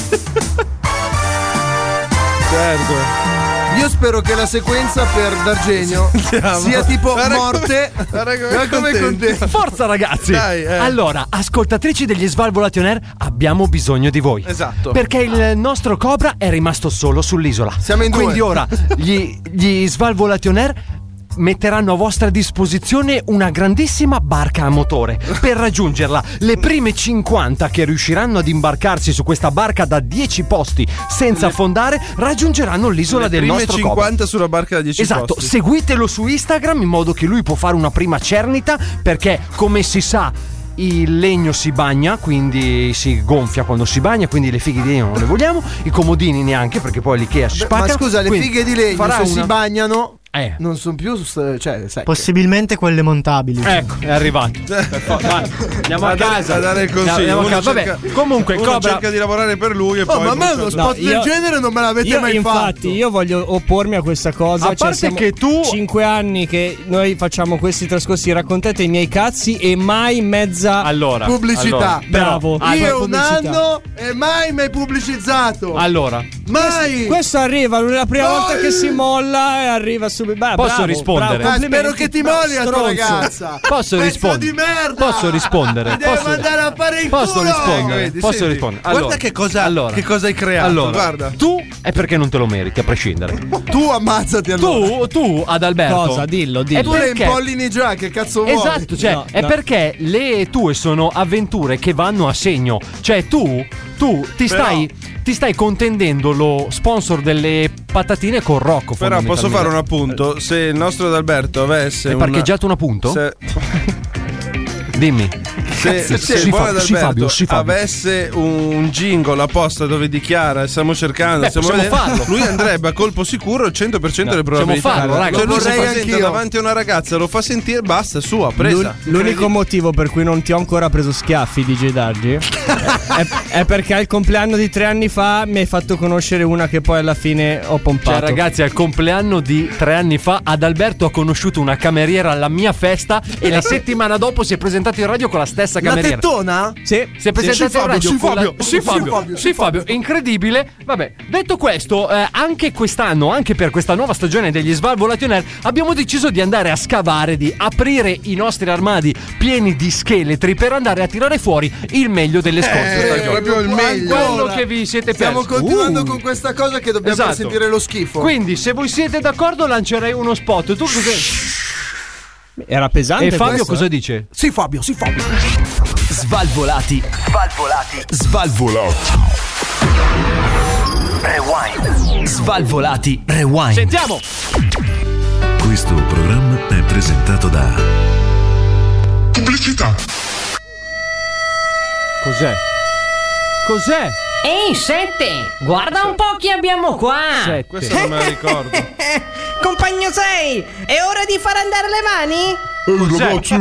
Io Io spero che la sequenza per D'Argenio sia tipo morte. Eh, Guarda come contento. Forza ragazzi! Dai, eh. Allora, ascoltatrici degli Svalvolati On Air, abbiamo bisogno di voi. Esatto. Perché il nostro Cobra è rimasto solo sull'isola. Siamo in due. Quindi ora gli, gli Svalvolati On Air metteranno a vostra disposizione una grandissima barca a motore. Per raggiungerla, le prime 50 che riusciranno ad imbarcarsi su questa barca da 10 posti senza affondare raggiungeranno l'isola Le del prime nostro Cobra. 50 sulla barca da 10 Esatto, posti. seguitelo su Instagram in modo che lui può fare una prima cernita perché come si sa il legno si bagna, quindi si gonfia quando si bagna, quindi le fighe di legno non le vogliamo, i comodini neanche perché poi l'Ikea si spacca. Ma scusa, le quindi fighe di legno farà se si una- bagnano Eh. non sono più. s- Cioè, sai. Possibilmente quelle montabili. Ecco, è arrivato. Vai, andiamo a A dare- casa. a dare il consiglio. Andiamo a Uno casa. cerca- Vabbè, comunque, uno Cobra. cerca di lavorare per lui e Oh, poi. ma a me uno spot del genere non me l'avete io, mai infatti, fatto. io voglio oppormi a questa cosa. cioè A parte che tu. 5 anni che noi facciamo questi trascorsi, raccontate i miei cazzi e mai mezza allora, ah, Pubblicità. Bravo. Io un Pubblicità. anno e mai mi hai pubblicizzato. Allora, Mai. Questo, questo arriva è la prima Mai. volta che si molla e arriva subito. Beh, Posso bravo, rispondere? bravo, Eh, complimenti. spero che ti Bravo, molli la tua stronzo. ragazza. Posso Pezzo rispondere? di merda. Posso rispondere? Mi Eh, devi Posso- mandare a fare il Posso culo. rispondere? Vedi, Posso senti. rispondere? Guarda Allora, che cosa, allora. che cosa hai creato. Allora, guarda. tu è perché non te lo meriti, a prescindere. Tu ammazzati allora. Tu, tu ad Alberto. Cosa? Dillo, tu le impollini già, che cazzo vuoi? Esatto, cioè, è perché le tue sono avventure che vanno a segno. Cioè, tu, tu ti Però- stai, ti stai contendendo lo sponsor delle patatine con Rocco. Però posso fondamentalmente. fare un appunto. Se il nostro Adalberto avesse. È una- parcheggiato un appunto? Se, Dimmi. se, Sì, se, sì, il buon Fabio, sì, Adalberto Fabio, sì, Fabio. avesse un jingle apposta dove dichiara stiamo cercando, Beh, stiamo possiamo vedendo", farlo. lui andrebbe a colpo sicuro il 100% delle possiamo probabilità. farlo, raga. Cioè, Lo lui si vorrei presenta anch'io. davanti a una ragazza, lo fa sentire, basta, sua, presa. L'un- L'unico motivo per cui non ti ho ancora preso schiaffi, DJ Dargi, è, è perché al compleanno di tre anni fa mi hai fatto conoscere una che poi alla fine ho pompato. Cioè, ragazzi, al compleanno di tre anni fa, Adalberto ha conosciuto una cameriera alla mia festa e la settimana dopo si è presentato in radio con la stessa La cameriera. tettona? Sì, si è Sì, presentato in Fabio, radio sì, con Fabio, la... sì, Fabio, sì, Fabio, incredibile. Vabbè, detto questo, eh, anche quest'anno, anche per questa nuova stagione degli Svalvolati On Air, abbiamo deciso di andare a scavare, di aprire i nostri armadi pieni di scheletri per andare a tirare fuori il meglio delle scorse Eh, stagioni. proprio il meglio. Quello Allora, che vi siete Stiamo persi. continuando Uh. con questa cosa che dobbiamo Esatto. far sentire lo schifo. Quindi, se voi siete d'accordo, lancerei uno spot. Tu cos'è? Era pesante. E Fabio questo, cosa eh? dice? Sì, Fabio, sì, Fabio. Svalvolati. Svalvolati. Svalvolati. Rewind. Svalvolati. Rewind. Sentiamo. Questo programma è presentato da Pubblicità. Cos'è? Cos'è? Ehi, sette! Guarda un po' chi abbiamo qua! Questo non me lo ricordo. Compagno 6, è ora di far andare le mani? Eh, Ehi ragazzi,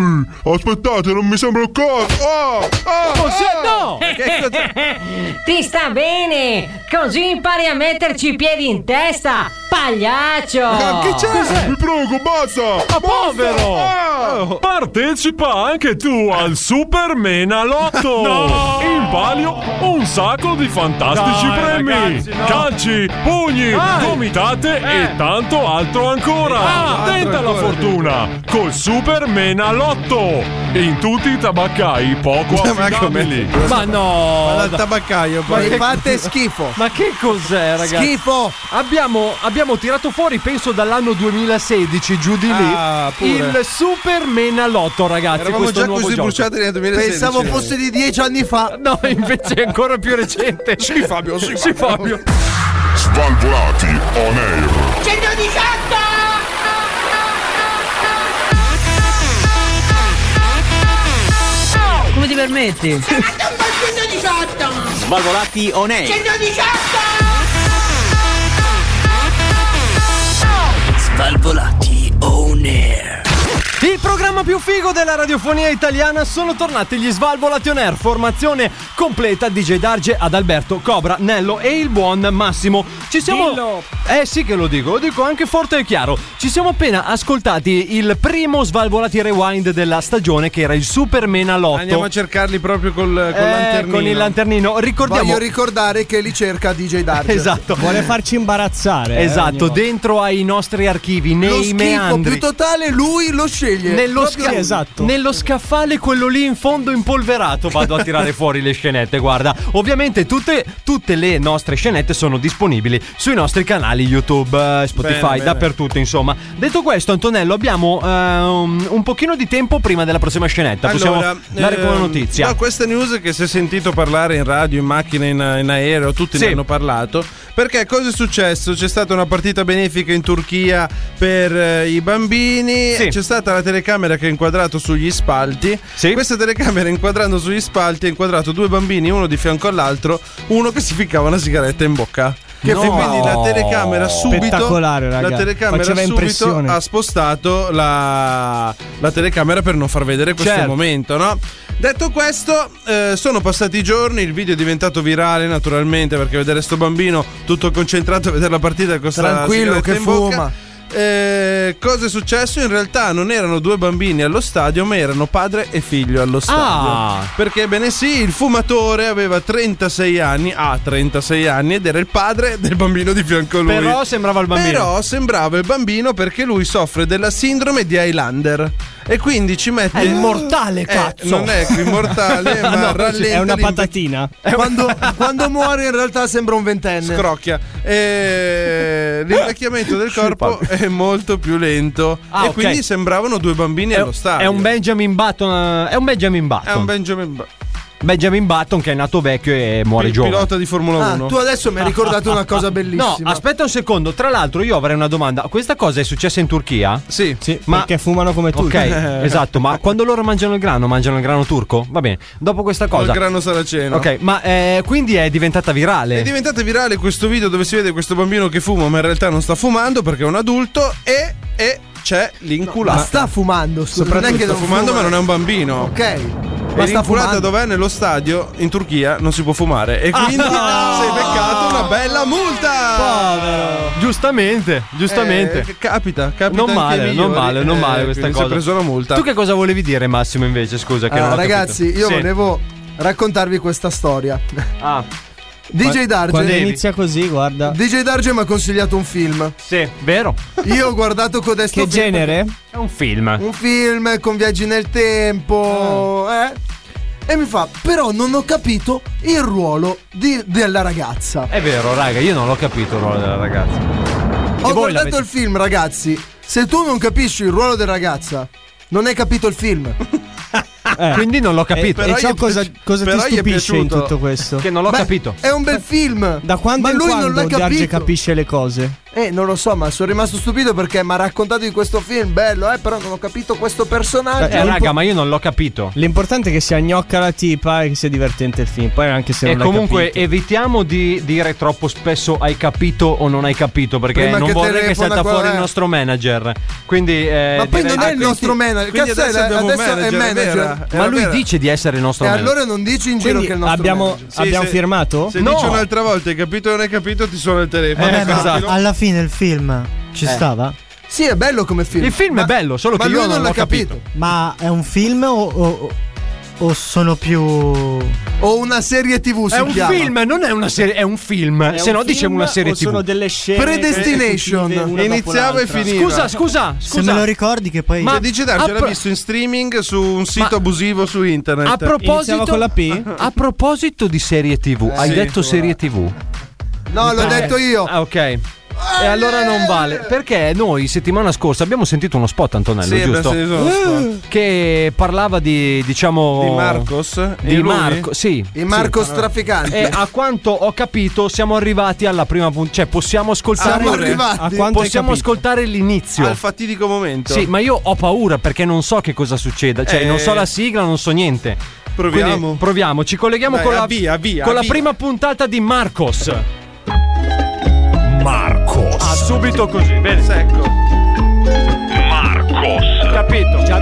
aspettate, non mi sembra il caso. Ah, ah, ah. Ti sta bene! Così impari a metterci i piedi in testa! Pagliaccio! Mi prego, basta! Ma povero! Eh, Partecipa anche tu al Super Menalotto! No! In palio un sacco di fantastici Dai, premi! ragazzi, no! Calci, pugni, Vai! gomitate Eh! e tanto altro ancora! Ah, Tenta altro ancora, la fortuna col Super Menalotto! In tutti i tabaccai poco Ma affidabili! come- Ma no! Ma dal tabaccaio Ma poi. che- Fate schifo. Ma che cos'è, Eh, ragazzi? Schifo! Abbiamo, abbiamo tirato fuori, penso dall'anno 2016, giù di lì, Ah, pure. il Super Menalotto, ragazzi. Eravamo questo già nuovo così gioco. bruciati nel 2016. Pensavo fosse di dieci anni fa. No, invece è ancora più recente. Sì, Fabio, sì, Sì, Fabio. Fabio. Svalvolati on air. 118! Come ti permetti? 118! Svalvolati on air. 118! Svalvolati on air. Il programma più figo della radiofonia italiana sono tornati gli Svalvolati On Air, formazione completa DJ Darge ad Alberto, Cobra, Nello e il buon Massimo. Ci siamo Eh sì che lo dico, lo dico anche forte e chiaro. Ci siamo appena ascoltati il primo Svalvolati Rewind della stagione che era il Super Menalotto. Andiamo a cercarli proprio col, col Eh, lanternino. con il lanternino. Ricordiamo Voglio ricordare che li cerca DJ Darge. Esatto. Vuole farci imbarazzare. Esatto, dentro ai nostri archivi, nei Eh, Lo schifo meandri. più totale lui lo sceglie. Nello, Esatto. Proprio sca- lui. esatto. nello scaffale, quello lì in fondo impolverato, vado a tirare fuori le scenette. Guarda, ovviamente tutte, tutte le nostre scenette sono disponibili sui nostri canali YouTube, eh, Spotify, Bene, bene. dappertutto. Insomma, detto questo, Antonello, abbiamo ehm, un pochino di tempo prima della prossima scenetta. Possiamo dare ehm, buona notizia. No, questa news che si è sentito parlare in radio, in macchina, in, in aereo, tutti Sì. ne hanno parlato. Perché cosa è successo? C'è stata una partita benefica in Turchia per eh, i bambini, c'è stata la telecamera che ha inquadrato sugli spalti. Questa telecamera inquadrando sugli spalti ha inquadrato due bambini, uno di fianco all'altro, uno che si ficcava una sigaretta in bocca. Che No. e quindi la telecamera subito, Spettacolare, raga. la telecamera Faceva subito impressione. ha spostato la, la telecamera per non far vedere questo Certo. momento, no? Detto questo, eh, sono passati i giorni, il video è diventato virale naturalmente perché vedere sto bambino tutto concentrato a vedere la partita con sta Tranquillo, sigaretta che in bocca. fuma. Eh, cosa è successo? In realtà non erano due bambini allo stadio, ma erano padre e figlio Ah. allo stadio. Perché, bene sì, il fumatore aveva 36 anni, ha 36 anni ed era il padre del bambino di fianco a lui. Però sembrava il bambino. Però sembrava il bambino perché lui soffre della sindrome di Highlander. E quindi ci mette. È immortale, Eh, cazzo. non è immortale, ma No, rallenta. è una l'impe- patatina. Quando, quando muore in realtà sembra un ventenne. Scrocchia. Eh, l'invecchiamento del corpo è molto più lento. Ah, e ok. quindi sembravano due bambini allo stadio. È un Benjamin Button. eh, È un Benjamin Button. È un Benjamin Button. Benjamin Button che è nato vecchio e muore Pil- giovane. pilota di Formula Ah, 1. tu adesso mi hai ricordato una cosa bellissima. No, aspetta un secondo. Tra l'altro, io avrei una domanda. Questa cosa è successa in Turchia? Sì, ma... perché fumano come tu. Ok, esatto, ma quando loro mangiano il grano, mangiano il grano turco? Va bene, dopo questa cosa. Il grano saraceno. Ok, ma eh, quindi è diventata virale. È diventato virale questo video dove si vede questo bambino che fuma, ma in realtà non sta fumando perché è un adulto e, e c'è Ma l'inculata. sta fumando, scusa, non è Soprattutto che sta non fumando, fuma. ma non è un bambino. Ok. Ma Ma sta l'inculata fumando. dov'è? Nello stadio in Turchia non si può fumare. E quindi Ah, no! sei beccato una bella multa. Povero. Giustamente, giustamente. Eh, capita, capita. Non anche ai male, non migliori. male, non Eh, male questa quindi cosa. Si è preso la multa. Tu che cosa volevi dire, Massimo, invece? Scusa, che Ah, non ho ragazzi, capito. io Sì. volevo raccontarvi questa storia. Ah. DJ Darge. Quando inizia così, guarda. DJ Darge mi ha consigliato un film. Sì, vero? Io ho guardato codesto Che film. genere? È un film. Un film con viaggi nel tempo, Ah. eh? E mi fa, però non ho capito il ruolo di- della ragazza. È vero, raga, io non l'ho capito il ruolo della ragazza. Ho voi guardato l'avete- il film, ragazzi. Se tu non capisci il ruolo della ragazza, non hai capito il film. Quindi non l'ho capito. Eh, però e ciò gli è cosa, piaci- cosa ti però gli è stupisce in piaciuto. tutto questo? Che non l'ho Beh, capito. È un bel film. Da quando Ma in lui non l'ha quando Darge capito. capisce le cose? Eh, non lo so, ma sono rimasto stupito perché mi ha raccontato di questo film. Bello, eh, però non ho capito questo personaggio. Eh, raga, ma io non l'ho capito. Ah, cioè, L'importante è che sia gnocca la tipa e che sia divertente il film. Poi anche se E non l'hai comunque capito. evitiamo di dire troppo spesso hai capito o non hai capito perché Prima non che vorrei che telefona salta qua, fuori eh. il nostro manager. Quindi, eh, Ma poi non è il nostro manager. quindi Cazzo, è- adesso abbiamo un adesso è manager, manager. vera? Era Ma lui vera. dice di essere il nostro E manager. allora non dici in giro Quindi che è il nostro abbiamo- manager. Sì, se- Se No. dici un'altra volta hai capito o non hai capito, ti suona il Eh, telefono. Vabbè, ma Esatto. Eh, alla fine il film ci Eh. stava? Sì, è bello come film. Il film è bello, solo ma che lui io non l'ha l'ho capito. Ma è un film o, o- o sono più. O una serie TV È un film, non è una serie, è un film. un Se no dicevo una film serie o TV. sono delle scene Predestination. Iniziava e finiva. Scusa, scusa, Se scusa. me lo ricordi, che poi. Ma Ma- dice Darge a l'ha pro- visto in streaming su un sito abusivo su internet. A proposito, a proposito di serie TV, Eh, hai sì, detto scusa. serie TV? No, l'ho Eh, detto io. Ah, ok. E allora non vale. Perché noi settimana scorsa abbiamo sentito uno spot, Antonello, Sì, giusto? Eh. abbiamo sentito uno spot. Che parlava di, diciamo. Di Marcos? E Di lui? Marco, sì. I Marcos Sì. Trafficanti. E a quanto ho capito, siamo arrivati alla prima puntata. Cioè, possiamo ascoltare. Siamo arrivati? A A quanto quanto hai possiamo capito? ascoltare l'inizio. Al fatidico momento. Sì, ma io ho paura perché non so che cosa succeda. Cioè, Eh. non so la sigla, non so niente. Proviamo. Quindi proviamo, ci colleghiamo Dai, con, la, avvia, avvia, con la avvia. prima puntata di Marcos. Marcos. Ah, subito così, bene. Secco. Marcos. Capito? Ci ha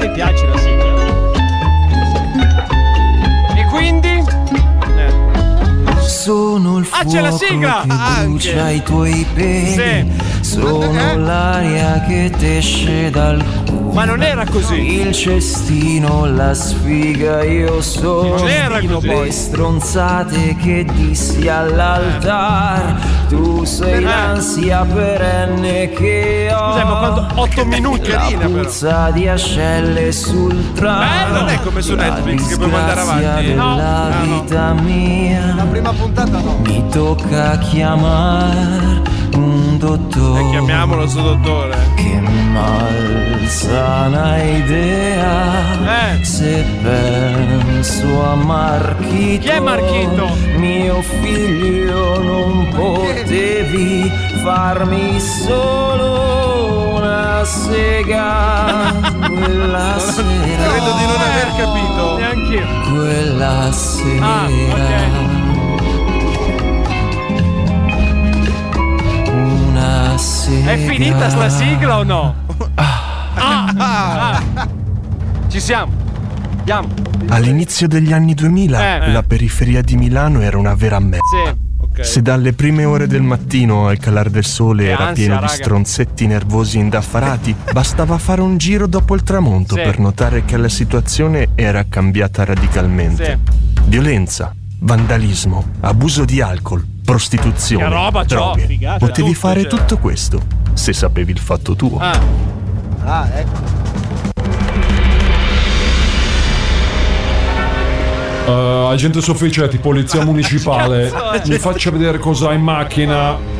Ah, c'è la sigla! Ah, Che brucia i tuoi peli. Sono l'aria che ti esce dal culo. Eh, Ma non era così. Il cestino, la sfiga, io sono. Non era così. Le stronzate che dissi all'altar. Tu sei l'ansia perenne che ho. Eh. Scusa, ma quando 8 minuti La carina, però. puzza di ascelle sul tram. non è come su Netflix che puoi mandare avanti. No, No, la ah, no. vita mia. La prima puntata no. Mi tocca chiamare un dottore. E Eh, chiamiamolo suo dottore. Che malsana idea. Eh. Se penso a Marchito. Chi è Marchito? Mio figlio non potevi farmi solo una sega quella sera. Credo di non aver capito. Ah, Neanch'io. Quella sera. Ah, Una sera. È finita sta sigla o no? Ah, ah. Ci siamo. Andiamo. All'inizio degli anni 2000 Eh. la periferia di Milano era una vera merda. Sì. Ok. Se dalle prime ore del mattino al calar del sole Che era ansia, pieno raga. di stronzetti nervosi indaffarati, bastava fare un giro dopo il tramonto Sì. per notare che la situazione era cambiata radicalmente. Violenza, vandalismo, abuso di alcol, prostituzione, Che roba, ciò, droghe. figata. Potevi Tutto fare c'era. tutto questo se sapevi il fatto tuo. Ah. Ah, ecco. Eh, agente sofficiati, polizia municipale, mi faccia vedere cosa ha in macchina.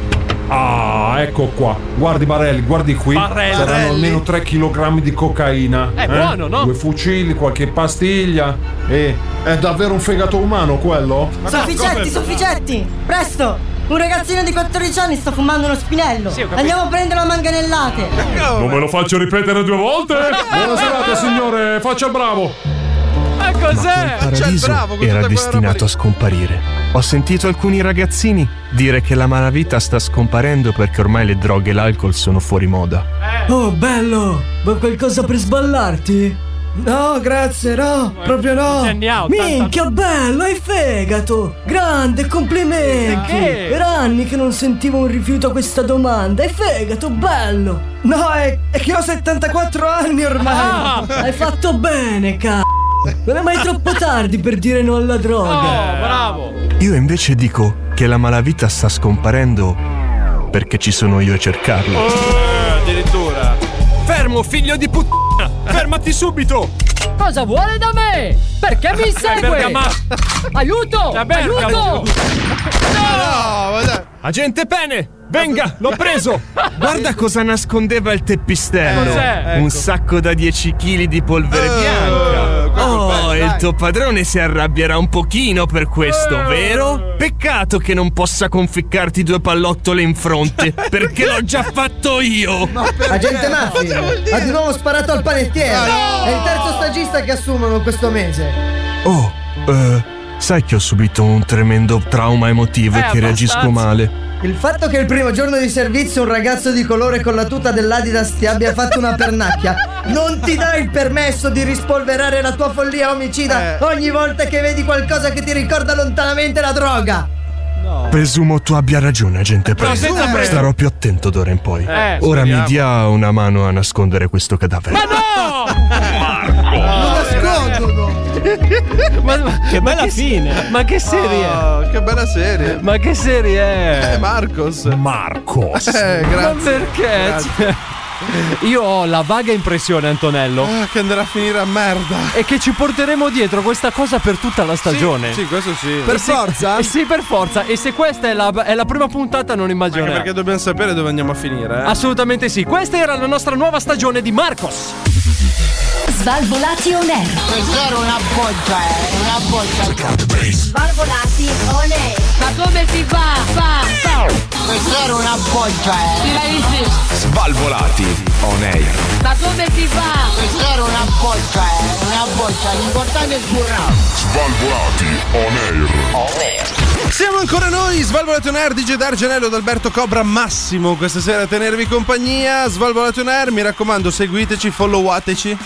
Ah, ecco qua. Guardi Barelli, guardi qui. Barelli. Saranno Barelli. almeno 3 kg di cocaina. Eh? È buono, no? Due fucili, qualche pastiglia. E è davvero un fegato umano quello? Sofficetti, sofficetti! Presto! Un ragazzino di 14 anni sta fumando uno spinello. Andiamo a prendere la manganellate. Non me lo faccio ripetere due volte. Buona serata, signore. Faccia il bravo. Ma Ecco. cos'è? Cioè, paradiso era destinato a scomparire. Ho sentito alcuni ragazzini dire che la malavita sta scomparendo perché ormai le droghe e l'alcol sono fuori Eh, moda. Oh, bello! Vuoi qualcosa per sballarti? No, grazie, no, proprio no. anni ha, 80. Minchia, bello, hai fegato! Grande, complimenti! Perché? Era anni che non sentivo un rifiuto a questa domanda. Hai fegato, bello! No, è, è che ho 74 anni ormai! Ah! Hai fatto bene, cazzo! Non è mai troppo tardi per dire no alla droga! No, bravo! Io invece dico che la malavita sta scomparendo perché ci sono io a cercarlo. Eh, addirittura. Fermo, figlio di puttana! Fermati subito! Cosa vuole da me? Perché mi segue? Bergama. Aiuto! Bergamo. Aiuto! Agente Pene! Venga, l'ho preso! Guarda cosa nascondeva il teppistello. Cos'è? Un Ecco. sacco da 10 kg di polvere bianca. Oh, il tuo padrone si arrabbierà un pochino per questo, Eh. vero? Peccato che non possa conficcarti due pallottole in fronte, perché l'ho già fatto io. Agente Maffi ha di nuovo sparato al panettiere. Ah, no! È il terzo stagista che assumono questo mese. Oh, eh, sai che ho subito un tremendo trauma emotivo e Eh, che reagisco abbastanza. male. Il fatto che il primo giorno di servizio un ragazzo di colore con la tuta dell'Adidas ti abbia fatto una pernacchia non ti dà il permesso di rispolverare la tua follia omicida Eh. ogni volta che vedi qualcosa che ti ricorda lontanamente la droga. Presumo tu abbia ragione, agente Pre. senza prego. Starò più attento d'ora in poi. Eh, Ora mi speriamo. dia una mano a nascondere questo cadavere. Ma, ma- Che ma bella che, fine. Ma che serie è? Oh, che bella serie. Ma che serie è? Eh, Marcos. Marcos. Eh, Ma grazie. perché? Cioè, Io ho la vaga impressione, Antonello, Ah, che andrà a finire a merda. E che ci porteremo dietro questa cosa per tutta la stagione. Sì, questo sì. E se- eh Sì, per forza. E se questa è la, è la prima puntata, non immagino. Anche neanche. perché dobbiamo sapere dove andiamo a finire, eh. Assolutamente sì. Questa era la nostra nuova stagione di Marcos. Svalvolati on air. era una boccia, eh, una boccia. Svalvolati on air. Ma come si fa? Fa! Questa era una boccia, eh. Ti l'hai visto? Svalvolati on air. Ma come si fa? Questa era una boccia, eh, una boccia, l'importante è sburrare. Svalvolati on air. On air. Siamo ancora noi, Svalvolato on Air, DJ D'Argenello ed Alberto Cobra Massimo questa sera a tenervi compagnia. Svalvolato on Air, mi raccomando, seguiteci, followateci.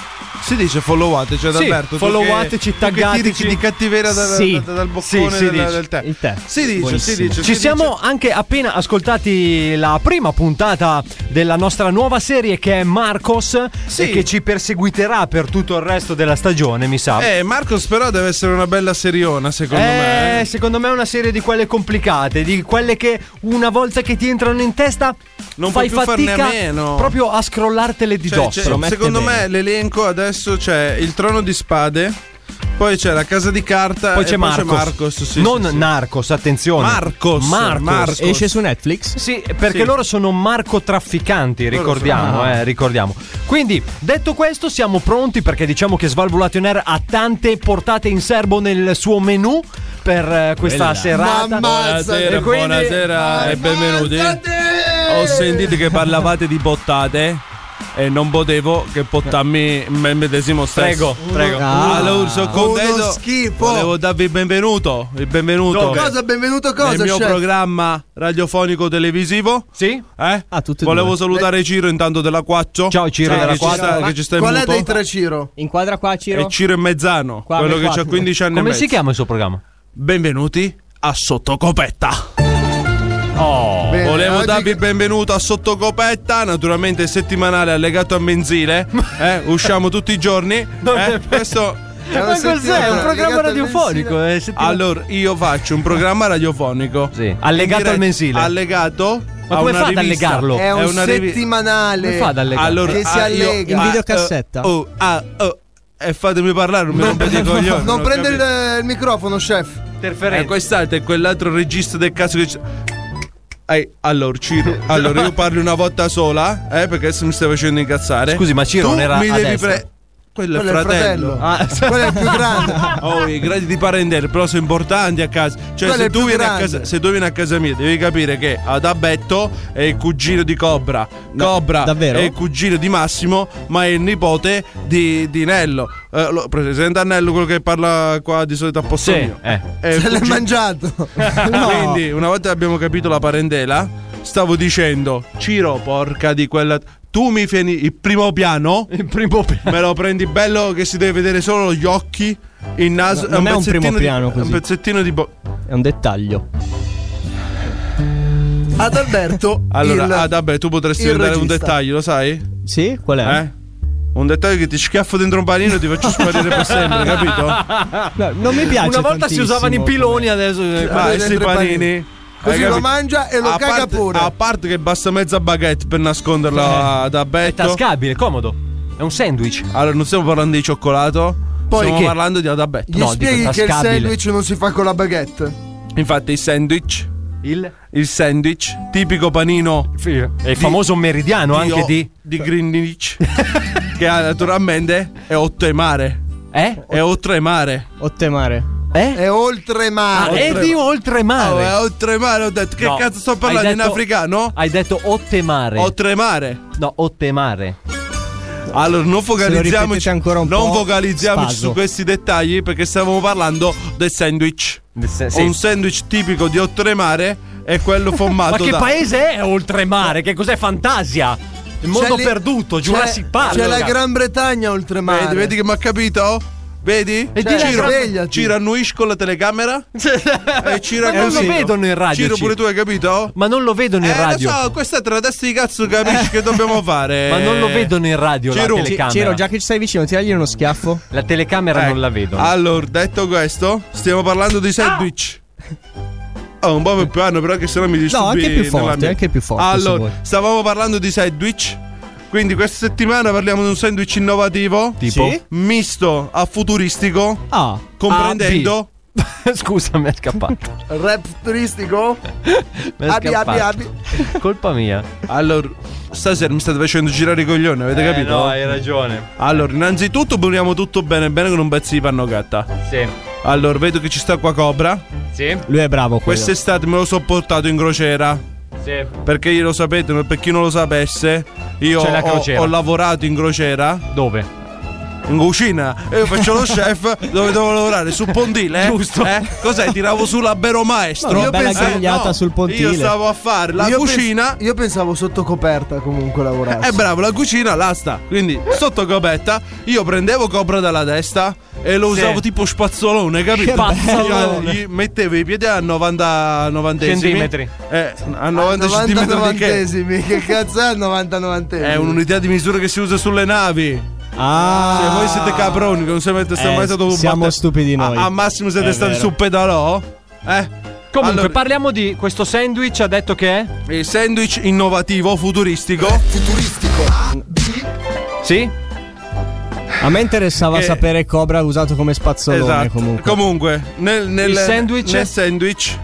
Si dice followateci ad Sì, Alberto. tu che- tu followateci, che tiri taggateci. di cattiveria dal, Sì. dal- dal boccone Sì, si della- dice. del tè. Il tè. Si dice, si dice. Ci si siamo dice. anche appena ascoltati la prima puntata della nostra nuova serie che è Marcos e che ci perseguiterà per tutto il resto della stagione, mi sa. Eh, Marcos però deve essere una bella seriona, secondo me. Eh, secondo me è una serie di quelle complicate, di quelle che una volta che ti entrano in testa Non fai puoi più farne a fatica meno. proprio a scrollartele di Cioè, dosso. c'è- Mette secondo bene. me l'elenco adesso c'è il trono di spade, poi c'è la casa di Eh, carta, Poi e c'è Marcos. Marcos, sì, non sì, sì. Narcos, attenzione. Marcos, Marcos. Marcos. Esce su Netflix? Sì, perché Sì. loro sono marcotrafficanti, Loro ricordiamo, Ah. sono- eh, ricordiamo. Quindi, detto questo, siamo pronti perché diciamo che Svalvolation Air ha tante portate in serbo nel suo menù per eh, questa Bella. serata. Buonasera, E quindi- buonasera e benvenuti. Ho sentito che parlavate di bottate e non potevo che bottarmi me medesimo stesso. Prego, prego. Ah. allora sono Uno contento. schifo. Volevo darvi il benvenuto. Il benvenuto. Dove? Cosa? Benvenuto cosa, Nel mio chef? programma radiofonico televisivo. Sì. Ah, Eh? tutti e Volevo due. salutare Ciro intanto della Quaccio. Ciao Ciro della che ci Quaccio. sta- Ma che ci stai Qual è muto. dei tre Ciro? Inquadra qua, Ciro. E Ciro e Mezzano, Qua, quello che qua. ha 15 anni e Come mezzo. si chiama il suo programma? Benvenuti a Sottocopetta. Oh, Bene, Volevo oggi- darvi il benvenuto a Sottocopetta, naturalmente settimanale allegato a mensile. eh, usciamo tutti i giorni. eh, questo. Ma cos'è? È un programma radiofonico. eh, settimana- Allora, io faccio un programma radiofonico. Allegato In diretta- al mensile. Allegato. Ma a come una fa ad rivista. allegarlo? È un una rivi- settimanale. Come fa ad allegare? Allora, Che si ah, io- allega. ma, In eh, videocassetta. oh, ah, oh, e fatemi parlare, non mi rompete i coglioni. Non ho prende capito. il, il microfono, chef. E quest'altro è quell'altro regista del caso che. c'è- Ehi, allora, Ciro, allora io parlo una volta sola, eh, perché adesso mi stai facendo incazzare. Scusi, ma Ciro Tu non era Mi a devi destra? pre- Eh, Quello, Ah, Quello è il fratello. Quello è il più grande. Oh, i gradi di parentela però sono importanti a casa. Cioè, Quello è se il tu, più vieni a grande. casa, se tu vieni a casa mia, devi capire che ad Abetto è il cugino di Cobra. Cobra davvero? è il cugino di Massimo, ma è il nipote di, di Nello. Eh, lo- presenta a Nello quello che parla qua di solito a posto Sì, mio. eh. È il Se l'è cugino- mangiato. quindi, una volta che abbiamo capito la parentela, stavo dicendo, Ciro, porca di quella. Tu mi fini il primo piano. Il primo piano. Me lo prendi bello che si deve vedere solo gli occhi, il naso. No, non è un pezzettino primo di- piano così. Un pezzettino di. bo- È un dettaglio. Ad Alberto. allora, il- ah, vabbè, tu potresti il dare un regista. dettaglio, lo sai? Sì? Qual è? Eh? Un dettaglio che ti schiaffo dentro un panino e ti faccio sparire per sempre, capito? No, non mi piace. Una volta si tantissimo. usavano i piloni, adesso. Ah, dentro questi i panini. panini. Così Hai lo capito? mangia e lo a caga parte, pure. A parte che basta mezza baguette per nasconderla da Eh. È Betto. tascabile, comodo. È un sandwich. Allora, non stiamo parlando di cioccolato. Poi stiamo che? parlando di adabetto. Gli spieghi che il sandwich non si fa con la baguette. Infatti, il sandwich. Il? Il sandwich, tipico panino. È il famoso meridiano anche di. Di Greenwich. che ha, naturalmente è oltremare. Eh? È oltremare. Ottemare. Eh? È oltre Ah, mare. è di Oh, oltremare. è oltremare, ho detto. Che No. cazzo sto Hai parlando in detto- africano? Hai detto ottemare. Oltremare. no, ottemare. Allora, non focalizziamoci, ripetete ancora un non po', focalizziamoci spaso. su questi dettagli perché stavamo parlando del sandwich. sì. Un sandwich tipico di Ottremare è quello Ma formato che da paese è oltremare? Che cos'è fantasia? Il mondo lì- perduto, c'è- Jurassic Park. C'è la raga. Gran Bretagna oltre mare. Vedi, vedi che mi ha capito? Vedi? Cioè, E di là, Ciro, svegliati. Ciro annuisci con la telecamera. e Ciro Ma non lo così. vedono in radio. Ciro, pure tu hai capito? Ma non lo vedono in eh, radio. lo so, questa è tra testa di cazzo capisci che dobbiamo fare. Ma non lo vedono in radio Ciro. la telecamera. Ciro, già che ci stai vicino, tiragli uno schiaffo. La telecamera Eh, non la vedono. Allora, detto questo, stiamo parlando di sandwich. Oh, un po' più piano, però che sennò mi Ah! disturbi. No, anche più forte, nella mia- anche più forte, se Allora, vuoi. stavamo parlando di sandwich. Quindi questa settimana parliamo di un sandwich innovativo. Tipo? Sì. Misto a futuristico. Ah. Comprendendo. Scusa, mi è scappato. Rap turistico? Mi è Abbi, abbi, scappato. abbi. Colpa mia. Allora, stasera mi state facendo girare i coglioni, avete Eh, capito? No, hai ragione. Allora, innanzitutto puniamo tutto bene bene con un pezzo di pannogatta. Sì. Allora, vedo che ci sta qua Cobra. Sì. Lui è bravo. Quello. Quest'estate me lo so portato in crociera. Sì. Perché io lo sapete, per chi non lo sapesse, io C'è la ho, crociera. ho lavorato in crociera. Dove? In cucina, e io faccio lo chef dove devo lavorare su Pondile. eh? Giusto. Eh? Cos'è? Tiravo sulla Bero Maestro. Io pensavo- Eh, no, Io stavo a fare la Io pens- cucina. io pensavo sotto coperta comunque lavorare. Eh bravo, la cucina l'asta. Quindi sotto copetta io prendevo copra dalla testa e lo Sì. usavo tipo spazzolone, capito? Che bello. Io Gli mettevo i piedi a 90 novantesimi. Centimetri. Eh, a 90 centimetri di che? novantesimi, che cazzo è il 90 novantesimi? È un'unità di misura che si usa sulle navi. Ah, se voi siete caproni, che non siete Eh, mai stato un siamo batte- stupidi noi. A, a massimo siete È stati vero. su pedalò. Eh? Comunque, Allora- parliamo di questo sandwich. Ha detto che è? Il sandwich innovativo, futuristico. Eh, Futuristico. Sì? A me interessava Che- sapere Cobra usato come spazzolone Esatto. comunque. nel, nel- Il sandwich? nel sandwich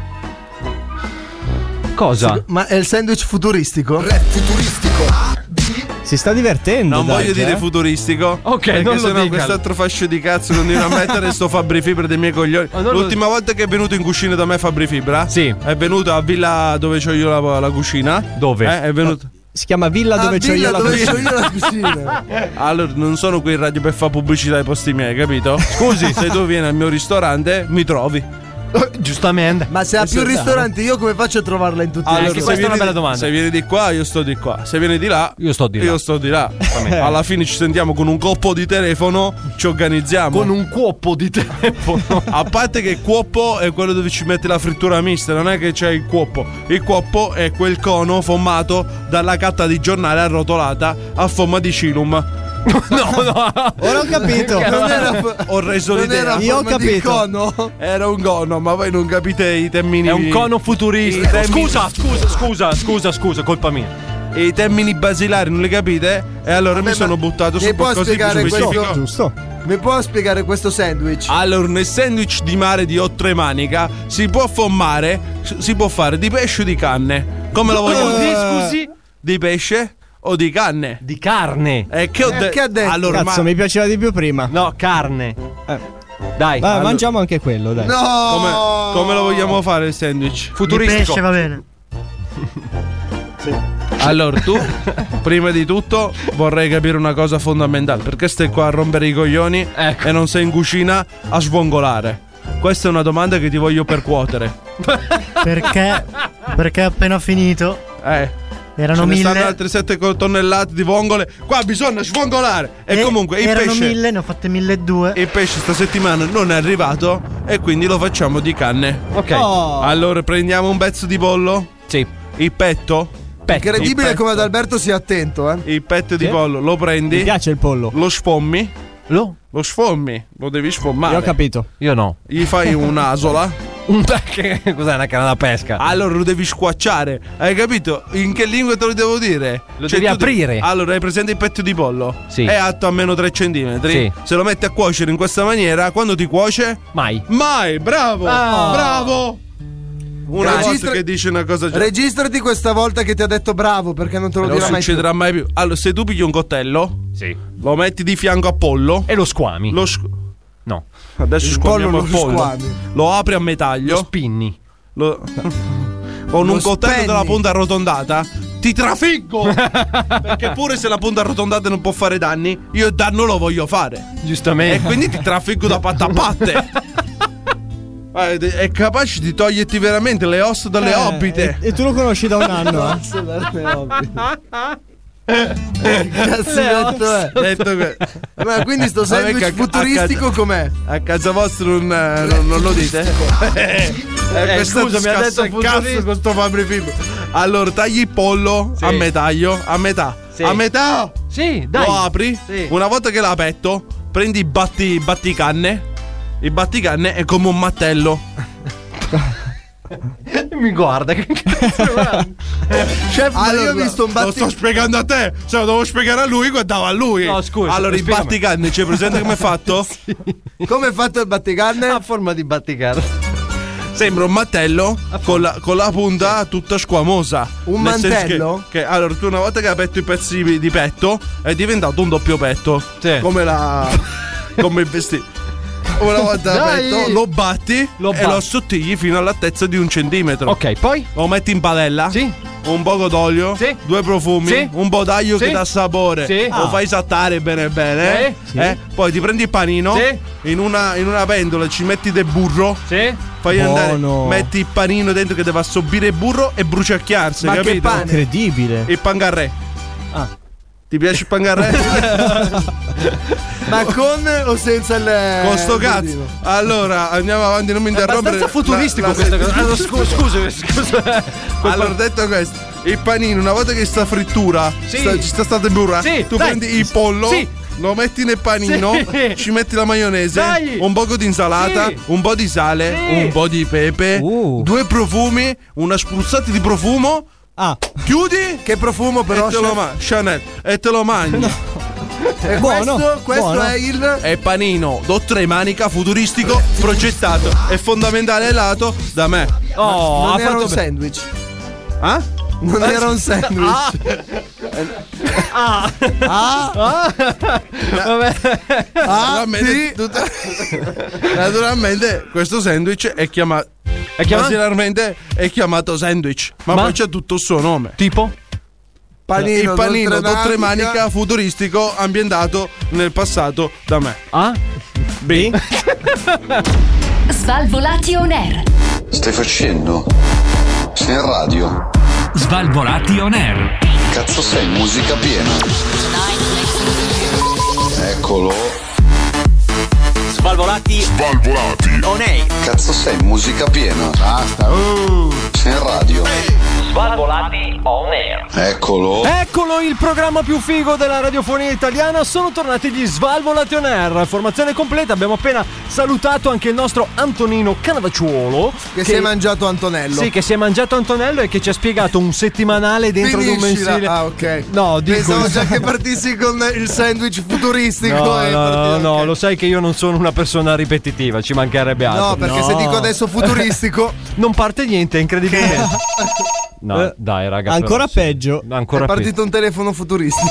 Cosa? Ma è il sandwich futuristico? Si sta divertendo. Non dai, voglio dire eh. futuristico. Ok, perché non lo sennò dicalo. quest'altro fascio di cazzo continua a mettere sto Fabri Fibra dei miei coglioni. non lo- L'ultima volta che è venuto in cucina da me Fabri Fibra. Sì. È venuto a villa dove c'ho io la, la cucina. Dove? Eh, è venuto. Si chiama Villa Ah, dove c'ho Villa io la dove cucina. c'ho io la Eh, Allora, non sono qui in radio per fare pubblicità ai posti miei, capito? Scusi, se tu vieni al mio ristorante, mi trovi. Giustamente. Ma se ha più ristoranti, io come faccio a trovarla in tutti i se ristoranti? vieni di- Se vieni di qua, io sto di qua. Se vieni di là, io sto di là. Alla fine ci sentiamo con un coppo di telefono, ci organizziamo. Con un cuoppo di telefono. A parte che cuoppo è quello dove ci mette la frittura mista, non è che c'è il cuoppo. Il cuoppo è quel cono formato dalla carta di giornale arrotolata a forma di cilum. No, no. Ora ho capito. Non era- ho reso Non l'idea. era Io ho forma di capito. cono. Era un cono, ma voi non capite i termini. È un cono i futuristico. termini- Scusa, scusa, scusa, scusa, scusa, colpa mia. I termini basilari non li capite? E allora mi sono buttato Mi su può qualcosa di più spiegare questo? specifico. Mi può spiegare questo sandwich? Allora, nel sandwich di mare di Otremanica si può formare, si può fare di pesce o di canne. Come la voglio Scusi, scusi? Di pesce o di canne? Di carne. E Eh, che ho, de- Allora, Cazzo, ma- mi piaceva di più prima. No, carne. Vabbè, Dai. Allora- mangiamo anche quello, dai. Come, come lo vogliamo fare il sandwich? Di pesce va bene. Allora, tu, prima di tutto, vorrei capire una cosa fondamentale. Perché stai qua a rompere i coglioni Ecco. e non sei in cucina a svongolare? Questa è una domanda che ti voglio percuotere. Perché? Perché appena finito. Eh. Erano Ce ne mille. stanno altre 7 tonnellate di vongole. Qua bisogna svongolare. E, e comunque il Eh, erano pesce, mille, ne ho fatte mille e due. il pesce sta settimana non è arrivato e quindi lo facciamo di canne. Ok. Oh. Allora prendiamo un pezzo di pollo? Sì. Il petto? Incredibile Il petto. come ad Alberto sia attento, eh. Il petto di Sì. pollo lo prendi? Mi piace il pollo. Lo sfommi? Lo? Lo sfommi, lo devi sfommare. Io ho capito. Io no. Gli fai un'asola. Che cos'è una canna da pesca? Allora lo devi squacciare, hai capito? In che lingua te lo devo dire? Cioè, Lo devi tu aprire. Allora hai presente il petto di pollo? Sì. È alto a meno 3 cm. Sì. Se lo metti a cuocere in questa maniera, quando ti cuoce? Mai. Mai, bravo! Ah. Bravo! Una Registra- volta che dice una cosa già. Registrati questa volta che ti ha detto bravo perché non te lo non dirà mai. più. succederà mai più. Allora, se tu pigli un coltello, Sì. lo metti di fianco a pollo e lo squami. Lo squ- No. Adesso Il squamiamo pollo il lo pollo. squami. Lo apri a metaglio. Lo spinni. Con Lo un coltello spenni. della punta arrotondata. Ti trafiggo! Perché pure se la punta arrotondata non può fare danni, io il danno lo voglio fare. Giustamente. E quindi ti trafiggo da patta a patte. Eh, ed È capace di toglierti veramente le ossa dalle Eh, obbite. E tu lo conosci da un anno, eh? Cazzo, detto è. Detto que- eh. Ma quindi sto Vabbè, sandwich che a- a futuristico casa- com'è? A casa vostra non, eh, non- non lo dite? Eh, Eh, questo scusa, mi ha scasso detto il cazzo futuristico. con sto Fabri Fibra. Allora, tagli il pollo a metaglio, a metà. A metà! Sì, Lo apri, una volta che l'ha aperto, prendi i batti, i batticanne. Il batticanne è come un mattello. Mi guarda che Chef, ma io ho visto un Lo batti- sto spiegando a te. Se lo devo spiegare a lui, guardavo a lui. No, scusa, Allora, il spiegami. batticanne, c'è presente come è fatto? Come è fatto il batticanne? A forma di batticanne. Sembra un mattello con la, con la punta tutta squamosa. Ah, Un Nel senso mantello? Che, che- allora, tu una volta che hai aperto i pezzi di- di petto, è diventato un doppio petto. Come la. come il vestito. Una volta Dai! aperto, lo batti Lo e batti. lo assottigli fino all'altezza di un centimetro. Ok, poi? Lo metti in padella. Sì. un poco d'olio, sì. due profumi, sì. un po' d'aglio sì. che dà sapore. Sì. Lo fai saltare bene bene. Eh? Eh? Poi ti prendi il panino, in una, in, una, pentola ci metti del burro. Fai Buono. andare, metti il panino dentro che deve assorbire il burro e bruciacchiarsi. Ma capito? che pane? Incredibile. Il pangarè. Ah. Ti piace il pangarè? Ma con o senza il. Con sto cazzo. Allora, andiamo avanti, non mi interrompere. È abbastanza futuristico la, la, cosa. Allora, scusa, scusa. scusa. Allora, detto questo, il panino, una volta che sta frittura, sì. sta, ci sta stata burra, sì, tu dai. prendi il pollo. Sì. Lo metti nel panino, sì. ci metti la maionese, dai. un poco di insalata, sì. un po' di sale, un po' di pepe, uh. due profumi, una spruzzata di profumo. Ah. Chiudi? Che profumo però? E te lo ma- Chanel, e te lo mangi. No. E buono, questo, questo buono. è il. È panino, dottore manica, futuristico, progettato e fondamentale lato da me. Oh, non era un be- sandwich. Ah? Non era un sandwich. Ah. Ah. Ah. ah. Vabbè. Ah, naturalmente, sì. tutta... naturalmente questo sandwich è chiamato è chiamato, è chiamato sandwich, ma, ma poi c'è tutto il suo nome. Tipo? Panino, il panino d'oltre manica futuristico ambientato nel passato da me. A? B? Svalvolati on air. Stai facendo? Sei in radio. Svalvolati on air. Cazzo sei, musica piena. Eccolo. Svalvolati. Svalvolati. On air. Cazzo sei, musica piena. Basta. Uh. Sei in radio. Svalvolati on air. Eccolo. Eccolo il programma più figo della radiofonia italiana. Sono tornati gli Svalvolati on air. Formazione completa. Abbiamo appena salutato anche il nostro Antonino Canavacciuolo. Che, che si è mangiato Antonello. Sì, che si è mangiato Antonello e che ci ha spiegato un settimanale dentro Finiscila. di un mensile. Ah, ok. No, dico. Pensavo già che partissi con il sandwich futuristico. No, eh, no, partito, no okay. lo sai che io non sono una persona ripetitiva. Ci mancherebbe altro. No, perché no. se dico adesso futuristico. non parte niente, è incredibile. No, eh, dai, raga. Ancora però, peggio. Sì. Ancora è partito pe- un telefono futuristico.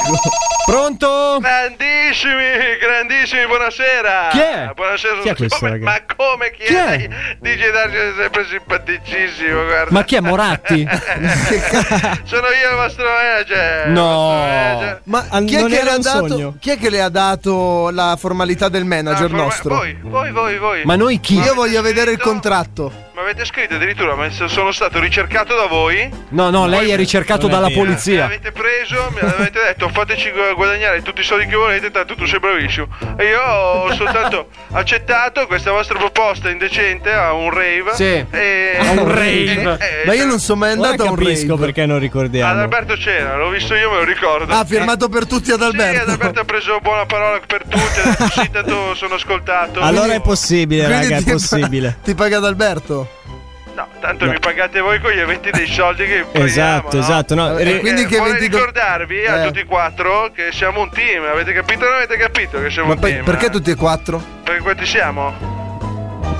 Pronto? Grandissimi, grandissimi, buonasera. Chi è? Buonasera, chi è questo, come, raga? Ma come chi, chi è? è? DJ Darge è sempre simpaticissimo, guarda. Ma chi è Moratti? Sono io il vostro manager. No. Manager. Ma an- chi, è che le ha dato, chi è che le ha dato la formalità del manager forma- nostro? Ah, Voi, voi, voi, voi. Ma noi chi? Ma io voglio vedere il contratto. Ma avete scritto addirittura, ma sono stato ricercato da voi? No, no, lei è ricercato dalla mia. polizia. Mi avete preso, mi avete detto fateci guadagnare tutti i soldi che volete, tanto tu sei bravissimo. E io ho soltanto accettato questa vostra proposta indecente ah, a un rave. Sì. E... Eh, A un rave. E, e, ma io non sono mai andato a un rave. Non perché non ricordiamo. Ad Alberto c'era, l'ho visto io, me lo ricordo. Ah, firmato per tutti ad Alberto. Sì, ad Alberto ha preso buona parola per tutti, ha detto sì, tanto sono ascoltato. Allora è possibile, Quindi raga, è ti possibile. Pa- ti paga ad Alberto? No, tanto no. mi pagate voi con gli eventi dei soldi che prendiamo. Esatto, no? esatto. No. Perché Quindi che vorrei eventi... ricordarvi a eh. tutti e quattro che siamo un team. Avete capito? Non avete capito che siamo Ma un eh. per, team? Perché tutti e quattro? Perché quanti siamo?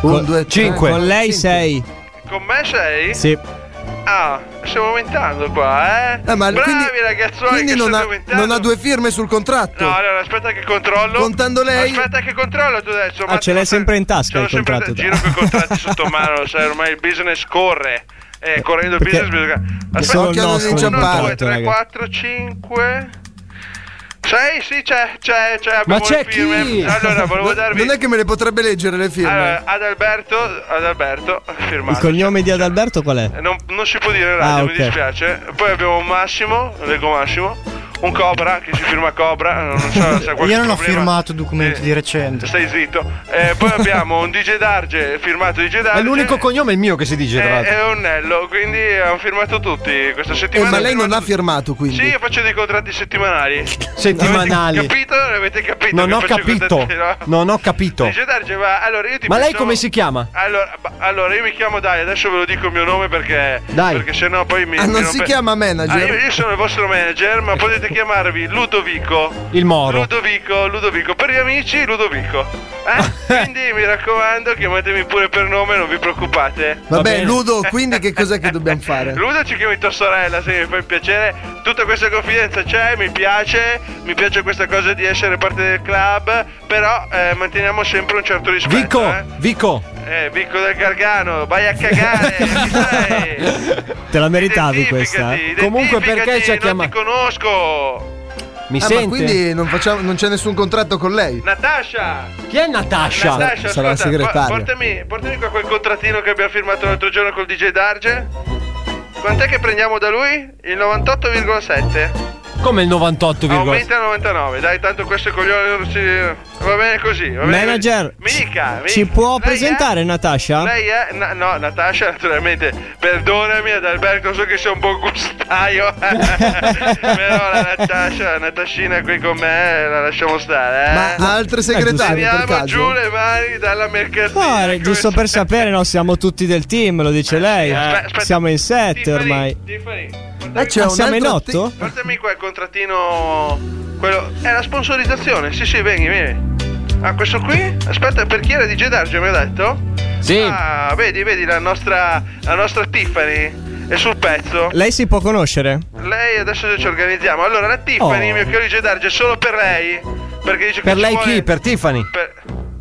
Un, due, cinque. Con lei cinque. sei. Con me sei? Sì. Ah, stiamo aumentando qua, eh? eh ma Bravi quindi, ragazzuoli quindi non ha, non, ha, due firme sul contratto. No, allora aspetta che controllo. Contando lei. Aspetta che controllo tu adesso. Ah, ce l'hai sempre in tasca il contratto. Giro con i contratti sotto mano, sai, ormai il business corre. Eh, correndo il business bisogna. Aspetta, che non inciampare. 2 3 4 5 c'è, sì, c'è, c'è, c'è. Abbiamo Ma c'è firme. chi? Allora, volevo darvi. Non è che me le potrebbe leggere le firme. Allora, Adalberto, Adalberto, firmato. cioè. Il cognome di Adalberto qual è? Non, non si può dire radio, ah, okay. mi dispiace. Poi abbiamo Massimo, leggo Massimo. Un Cobra che si firma Cobra, non so, non so Io non ho firmato documenti eh, di recente. Stai zitto. Eh, poi abbiamo un DJ Darge, firmato DJ Darge. È l'unico cognome il mio che si dice, tra l'altro. È Onnello, quindi hanno firmato tutti questa settimana. Eh, ma lei non ha firmato quindi? Sì, io faccio dei contratti settimanali. Sì settimanali. Avete capito? Non avete capito? Non ho capito. Non ho capito. Dice, Darge, ma, allora io ti ma penso... lei come si chiama? Allora, allora, io mi chiamo Dai, adesso ve lo dico il mio nome perché. Dai. Perché sennò poi mi. Ah, non si pe- chiama manager. Ah, io, io, sono il vostro manager, ma potete chiamarvi Ludovico. Il Moro. Ludovico, Ludovico. Per gli amici, Ludovico. Eh? quindi mi raccomando, chiamatemi pure per nome, non vi preoccupate. Eh, Vabbè, Va Ludo, quindi che cos'è che dobbiamo fare? Ludo ci chiami tua sorella, se mi fai piacere. Tutta questa confidenza c'è, mi piace, mi piace questa cosa di essere parte del club, però eh, manteniamo sempre un certo rispetto. Vico, eh. Vico. Eh, Bicco del Gargano, vai a cagare. chi sei? Te la meritavi questa. eh? Identificati, Comunque perché ci ha non chiamato? ti conosco. Mi ah, sente? Ma quindi non, facciamo- non c'è nessun contratto con lei? Natasha! Chi è Natasha? Natasha, Sarà la ascolta, segretaria. po- Portami, portami qua quel contrattino che abbiamo firmato l'altro giorno col DJ Darge. Quant'è che prendiamo da lui? Il 98,7. Come il 98, Aumenta a 99, dai, tanto questo coglione non si- Va bene così, va bene. Manager, Mi dica, mi ci può lei è- presentare Natasha? Lei è. na- no, Natasha, naturalmente. Perdonami ad Alberto, so che sei un buon gustaio. Però la Natasha, la Natashina qui con me, la lasciamo stare, eh. Ma ha Ecco, altre segretarie, per Teniamo caso? giù le mani dalla mercatina. No, era giusto per sapere, no, siamo tutti del team, lo dice lei. Siamo in sette ormai. Ma Ah, c'è un siamo in altro otto? ti- Portami qua il contrattino. Quello. È la sponsorizzazione. Sì, sì, vieni, vieni. Ah, questo qui? Aspetta, per chi era di Gedarge, mi ha detto? Sì. Ah, vedi, vedi la nostra. La nostra Tiffany. È sul pezzo. Lei si può conoscere? Lei adesso ci organizziamo. Allora, la Tiffany, Oh. mio caro di Gedarge, è solo per lei. Perché dice Per che lei ci vuole... chi? Per Tiffany? Per-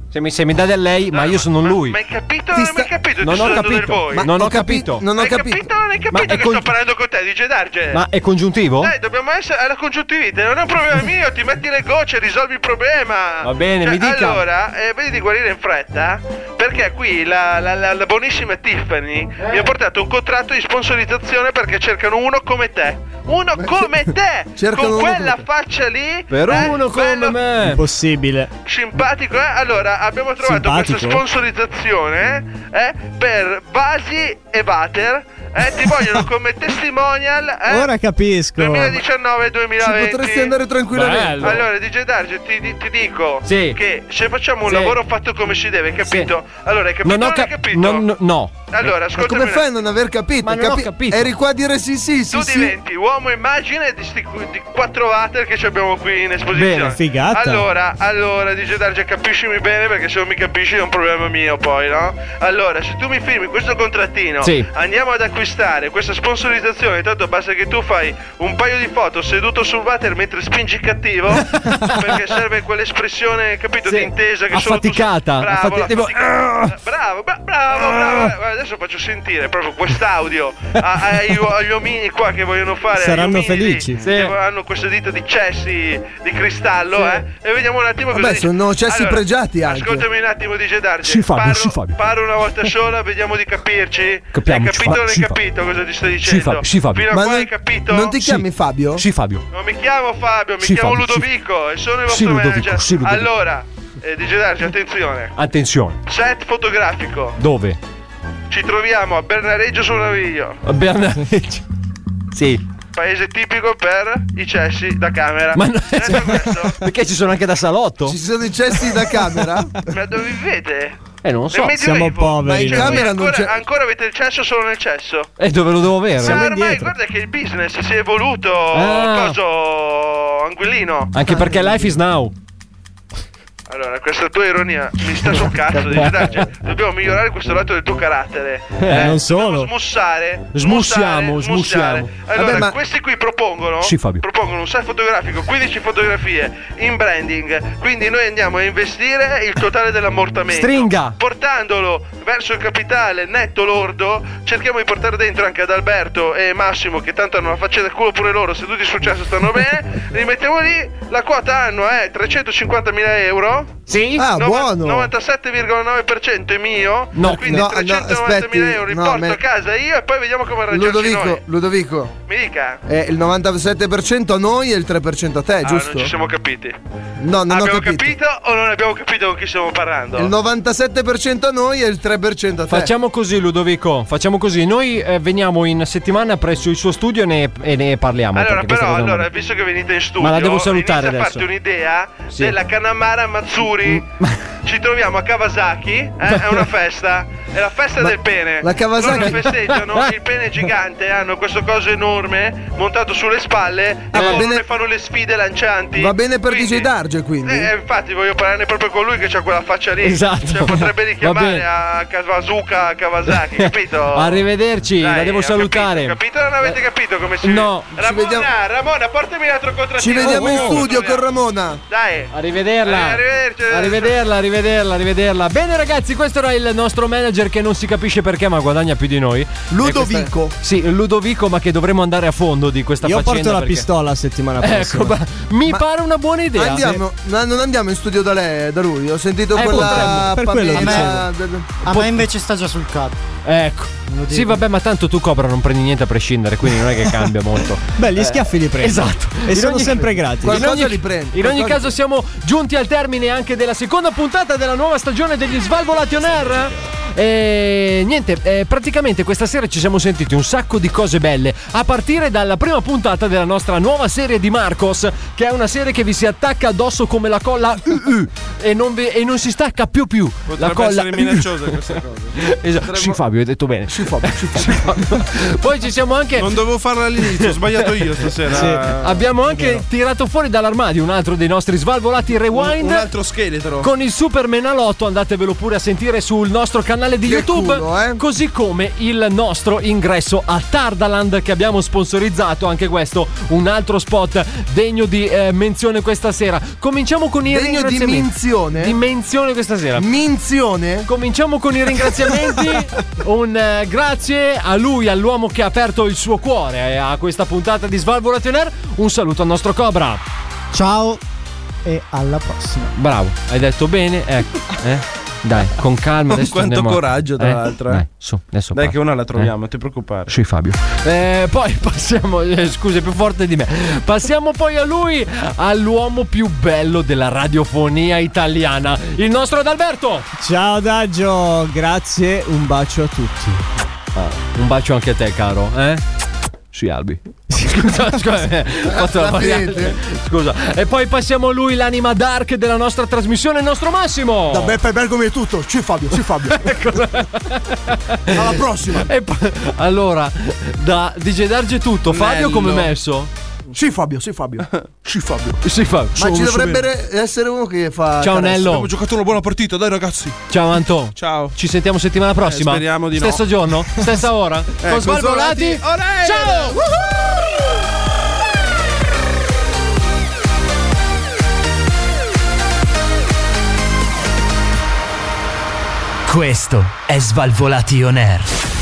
Se mi, se mi dà del lei, ma io sono lui. Ma hai capito? Non hai capito? Non Ti ho sto dando del capito. voi. Ma non ho capito. Non ho capito. Non hai capito che è con- sto parlando con te, di Gedarge. Ma è congiuntivo? Dai, dobbiamo essere alla congiuntivite, non è un problema mio, ti metti le gocce, risolvi il problema. Va bene, Cioè, mi dica. Allora, eh, vedi di guarire in fretta, perché qui la, la- la- la buonissima Tiffany Eh. mi ha portato un contratto di sponsorizzazione perché cercano uno come te. Uno come te! cercano con uno quella come faccia lì. Per eh, uno bello come me. Impossibile. Simpatico, eh? Allora, abbiamo trovato Simpatico? questa sponsorizzazione eh, per Basi e Vater. Eh, ti vogliono come testimonial. Eh? Ora capisco. 2019-2020 Ci potresti andare tranquillamente. Bello. Allora DJ Darge ti, ti- ti dico Sì. Che se facciamo un Sì. lavoro fatto come si deve Capito? Allora hai capito Non ho non hai cap- capito? non- no- no. Allora Ma ascoltami come un fai a attimo. non aver capito? Ma non ho Capi- capito. Eri qua a dire sì, sì, sì. Tu sì. diventi uomo immagine di, sti- di quattro water che ci abbiamo qui in esposizione. Bene, figata. Allora, allora, DJ Darge, capiscimi bene perché se non mi capisci è un problema mio poi, no? Allora, se tu mi firmi questo contrattino, Sì. andiamo ad acquistare questa sponsorizzazione, tanto basta che tu fai un paio di foto seduto sul water mentre spingi cattivo, perché serve quell'espressione, capito, di intesa che solo tu Affaticata. Bravo, affati- tipo- Bravo, bra- bravo, Ah, bravo. eh, Guarda, Adesso faccio sentire proprio quest'audio a- ai- agli omini qua che vogliono fare. agli Saranno omini felici. Che hanno queste dita di cessi di cristallo, eh. E vediamo un attimo cosa Vabbè, dice. sono cessi Allora, pregiati anche. Ascoltami un attimo, dice Darge. Sì, Fabio, parlo, sì, Fabio. parlo una volta sola, vediamo di capirci. Capiamo, hai sì, capito o Fabio, non hai sì, capito cosa ti sto dicendo? Fabio, sì, Fabio. Fino a Ma qua non- hai capito? Non ti chiami Fabio? Sì, Fabio. Non mi chiamo Fabio, mi Sì, chiamo Fabio, sì. Ludovico e sono il Sì, vostro Ludovico, manager. sì, Ludovico. Allora, eh, dice Darge, attenzione. Attenzione. Set fotografico. Dove? Ci troviamo a Bernareggio sul Naviglio, A Bernareggio. Sì. paese tipico per i cessi da camera. Ma no- perché ci sono anche da salotto? Ci sono i cessi da camera? Ma dove vivete? Eh, non lo so. Nel Medioevo. Cioè, voi ancora, ancora avete il cesso solo nel cesso. E Eh, dove lo devo avere? Ma ormai guarda che il business si è evoluto, Ah. coso anguillino. Anche Ah. perché life is now. Allora, questa tua ironia mi sta sul cazzo. dice, dai, cioè, dobbiamo migliorare questo lato del tuo carattere. Eh, non solo. Smussare. smussare, Smussiamo, smussiamo. smussare. Allora, Vabbè, ma- questi qui propongono, Sì, Fabio. propongono un set fotografico, 15 fotografie in branding. Quindi noi andiamo a investire il totale dell'ammortamento. Stringa. Portandolo verso il capitale netto lordo, cerchiamo di portare dentro anche ad Alberto e Massimo, che tanto hanno la faccia del culo pure loro, seduti sul cesso stanno bene. Li mettiamo lì, la quota annua è 350.000 euro. Sì. Ah, buono. 97,9% è mio. No, quindi no, no, 390.000 aspetti, euro li no, porto me- a casa io e poi vediamo come arrangiarci Ludovico, noi. Ludovico. Mi dica. È il 97% a noi e il 3% a te, Ah, Eh, giusto? non ci siamo capiti. No, non ho abbiamo capito. o non abbiamo capito con chi stiamo parlando? Il 97% a noi e il 3% a te. Facciamo così, Ludovico. Facciamo così. Noi eh, veniamo in settimana presso il suo studio e ne, e ne parliamo. Allora, perché questa però, cosa non- allora, visto che venite in studio, Ma la devo salutare inizia a farti adesso. un'idea Sì. Mm. della Canamara Mazzuri. Ci troviamo a Kawasaki, eh, è una festa. È la festa Ma- del pene. la Kawasaki- Loro festeggiano il pene gigante, hanno questo coso enorme montato sulle spalle Ah, e va corrono bene- e fanno le sfide lancianti. Va bene per Quindi- DJ Darge quindi. Eh, infatti voglio parlarne proprio con lui che ha quella faccia lì. Esatto. Cioè, potrebbe Va richiamare bene. Ah, a Kawazuka Kawasaki, capito? Arrivederci, la Dai, devo ho salutare. Capito? Non avete capito come si Eh, No. Ramona, Ramona, portami l'altro contrattivo. Ci vediamo in Oh, studio con Ramona. Dai. Arrivederla. Arri- Arrivederci. Arrivederla, arrivederla, arrivederla. Bene ragazzi, questo era il nostro manager che non si capisce perché ma guadagna più di noi. Ludovico. E questa- Sì, Ludovico, ma che dovremmo andare a fondo di questa Io faccenda. porto la perché- pistola settimana prossima. Ecco, ma- mi Ma- pare una buona idea. Andiamo, ma non andiamo in studio da lei, da lui. Ho sentito Eh, quella potremmo, per quello Pamela- A me invece sta già sul cazzo. Ecco. Sì, vabbè, ma tanto tu Cobra non prendi niente a prescindere, quindi non è che cambia molto. Beh, gli Eh, schiaffi li prendo. Esatto. E In sono ogni- sempre gratis. In Qualcosa ogni, li prendo, in ogni qualcosa- caso siamo giunti al termine anche della seconda puntata della nuova stagione degli Svalvolati on Air. E niente, eh, praticamente questa sera ci siamo sentiti un sacco di cose belle, a partire dalla prima puntata della nostra nuova serie di Marcos, che è una serie che vi si attacca addosso come la colla UU e non, vi- e non si stacca più più. la Potrebbe colla essere minacciosa questa cosa. Esatto. Sì, Fabio, hai detto bene. Sì, Fabio, Poi ci siamo anche. Non dovevo farla all'inizio, ho sbagliato io stasera. Sì. Abbiamo anche tirato fuori dall'armadio un altro dei nostri svalvolati rewind. Un altro scheletro. Con il Super Menalotto andatevelo pure a sentire sul nostro canale di YouTube, eh. così come il nostro ingresso a Tardaland che abbiamo sponsorizzato, anche questo un altro spot degno di eh, menzione questa sera. Cominciamo con i Degno di ringraziamenti. minzione? Di menzione questa sera. Minzione? Cominciamo con i ringraziamenti. un eh, grazie a lui, all'uomo che ha aperto il suo cuore eh, a questa puntata di Svalvolation Air. Un saluto al nostro Cobra. Ciao e alla prossima. Bravo, hai detto bene, ecco. eh. Dai, con calma. Con adesso quanto andiamo a- coraggio, tra Eh, l'altro, eh. Dai, su, adesso Dai, parto. che una la Eh. troviamo, ti preoccupare. Sui Fabio. Eh, poi passiamo, eh, scusa, è più forte di me. Passiamo poi a lui, all'uomo più bello della radiofonia italiana, il nostro Adalberto. Ciao Daggio, grazie, un bacio a tutti. Ah, un bacio anche a te, caro, eh? Sui albi. scusa, scusa, eh, ho fatto la variante. Scusa. E poi passiamo a lui, l'anima dark della nostra trasmissione, il nostro Massimo. Da Beppe Bergomi è tutto. Ci Fabio, ci Fabio. Alla prossima. E poi- allora, da DJ Darge tutto, Fabio Bello. come messo? Sì Fabio, sì Fabio. Sì Fabio. Sì, Fabio. Ma ci dovrebbe essere uno che fa. Ciao, carezze. Nello. Abbiamo giocato una buona partita, dai ragazzi. Ciao Anton. Ciao. Eh, Ci sentiamo settimana prossima. speriamo di no. Stesso giorno, stessa ora. Eh, con con Svalvolati. Svalvolati, olè! Ciao. Questo è Svalvolation Air.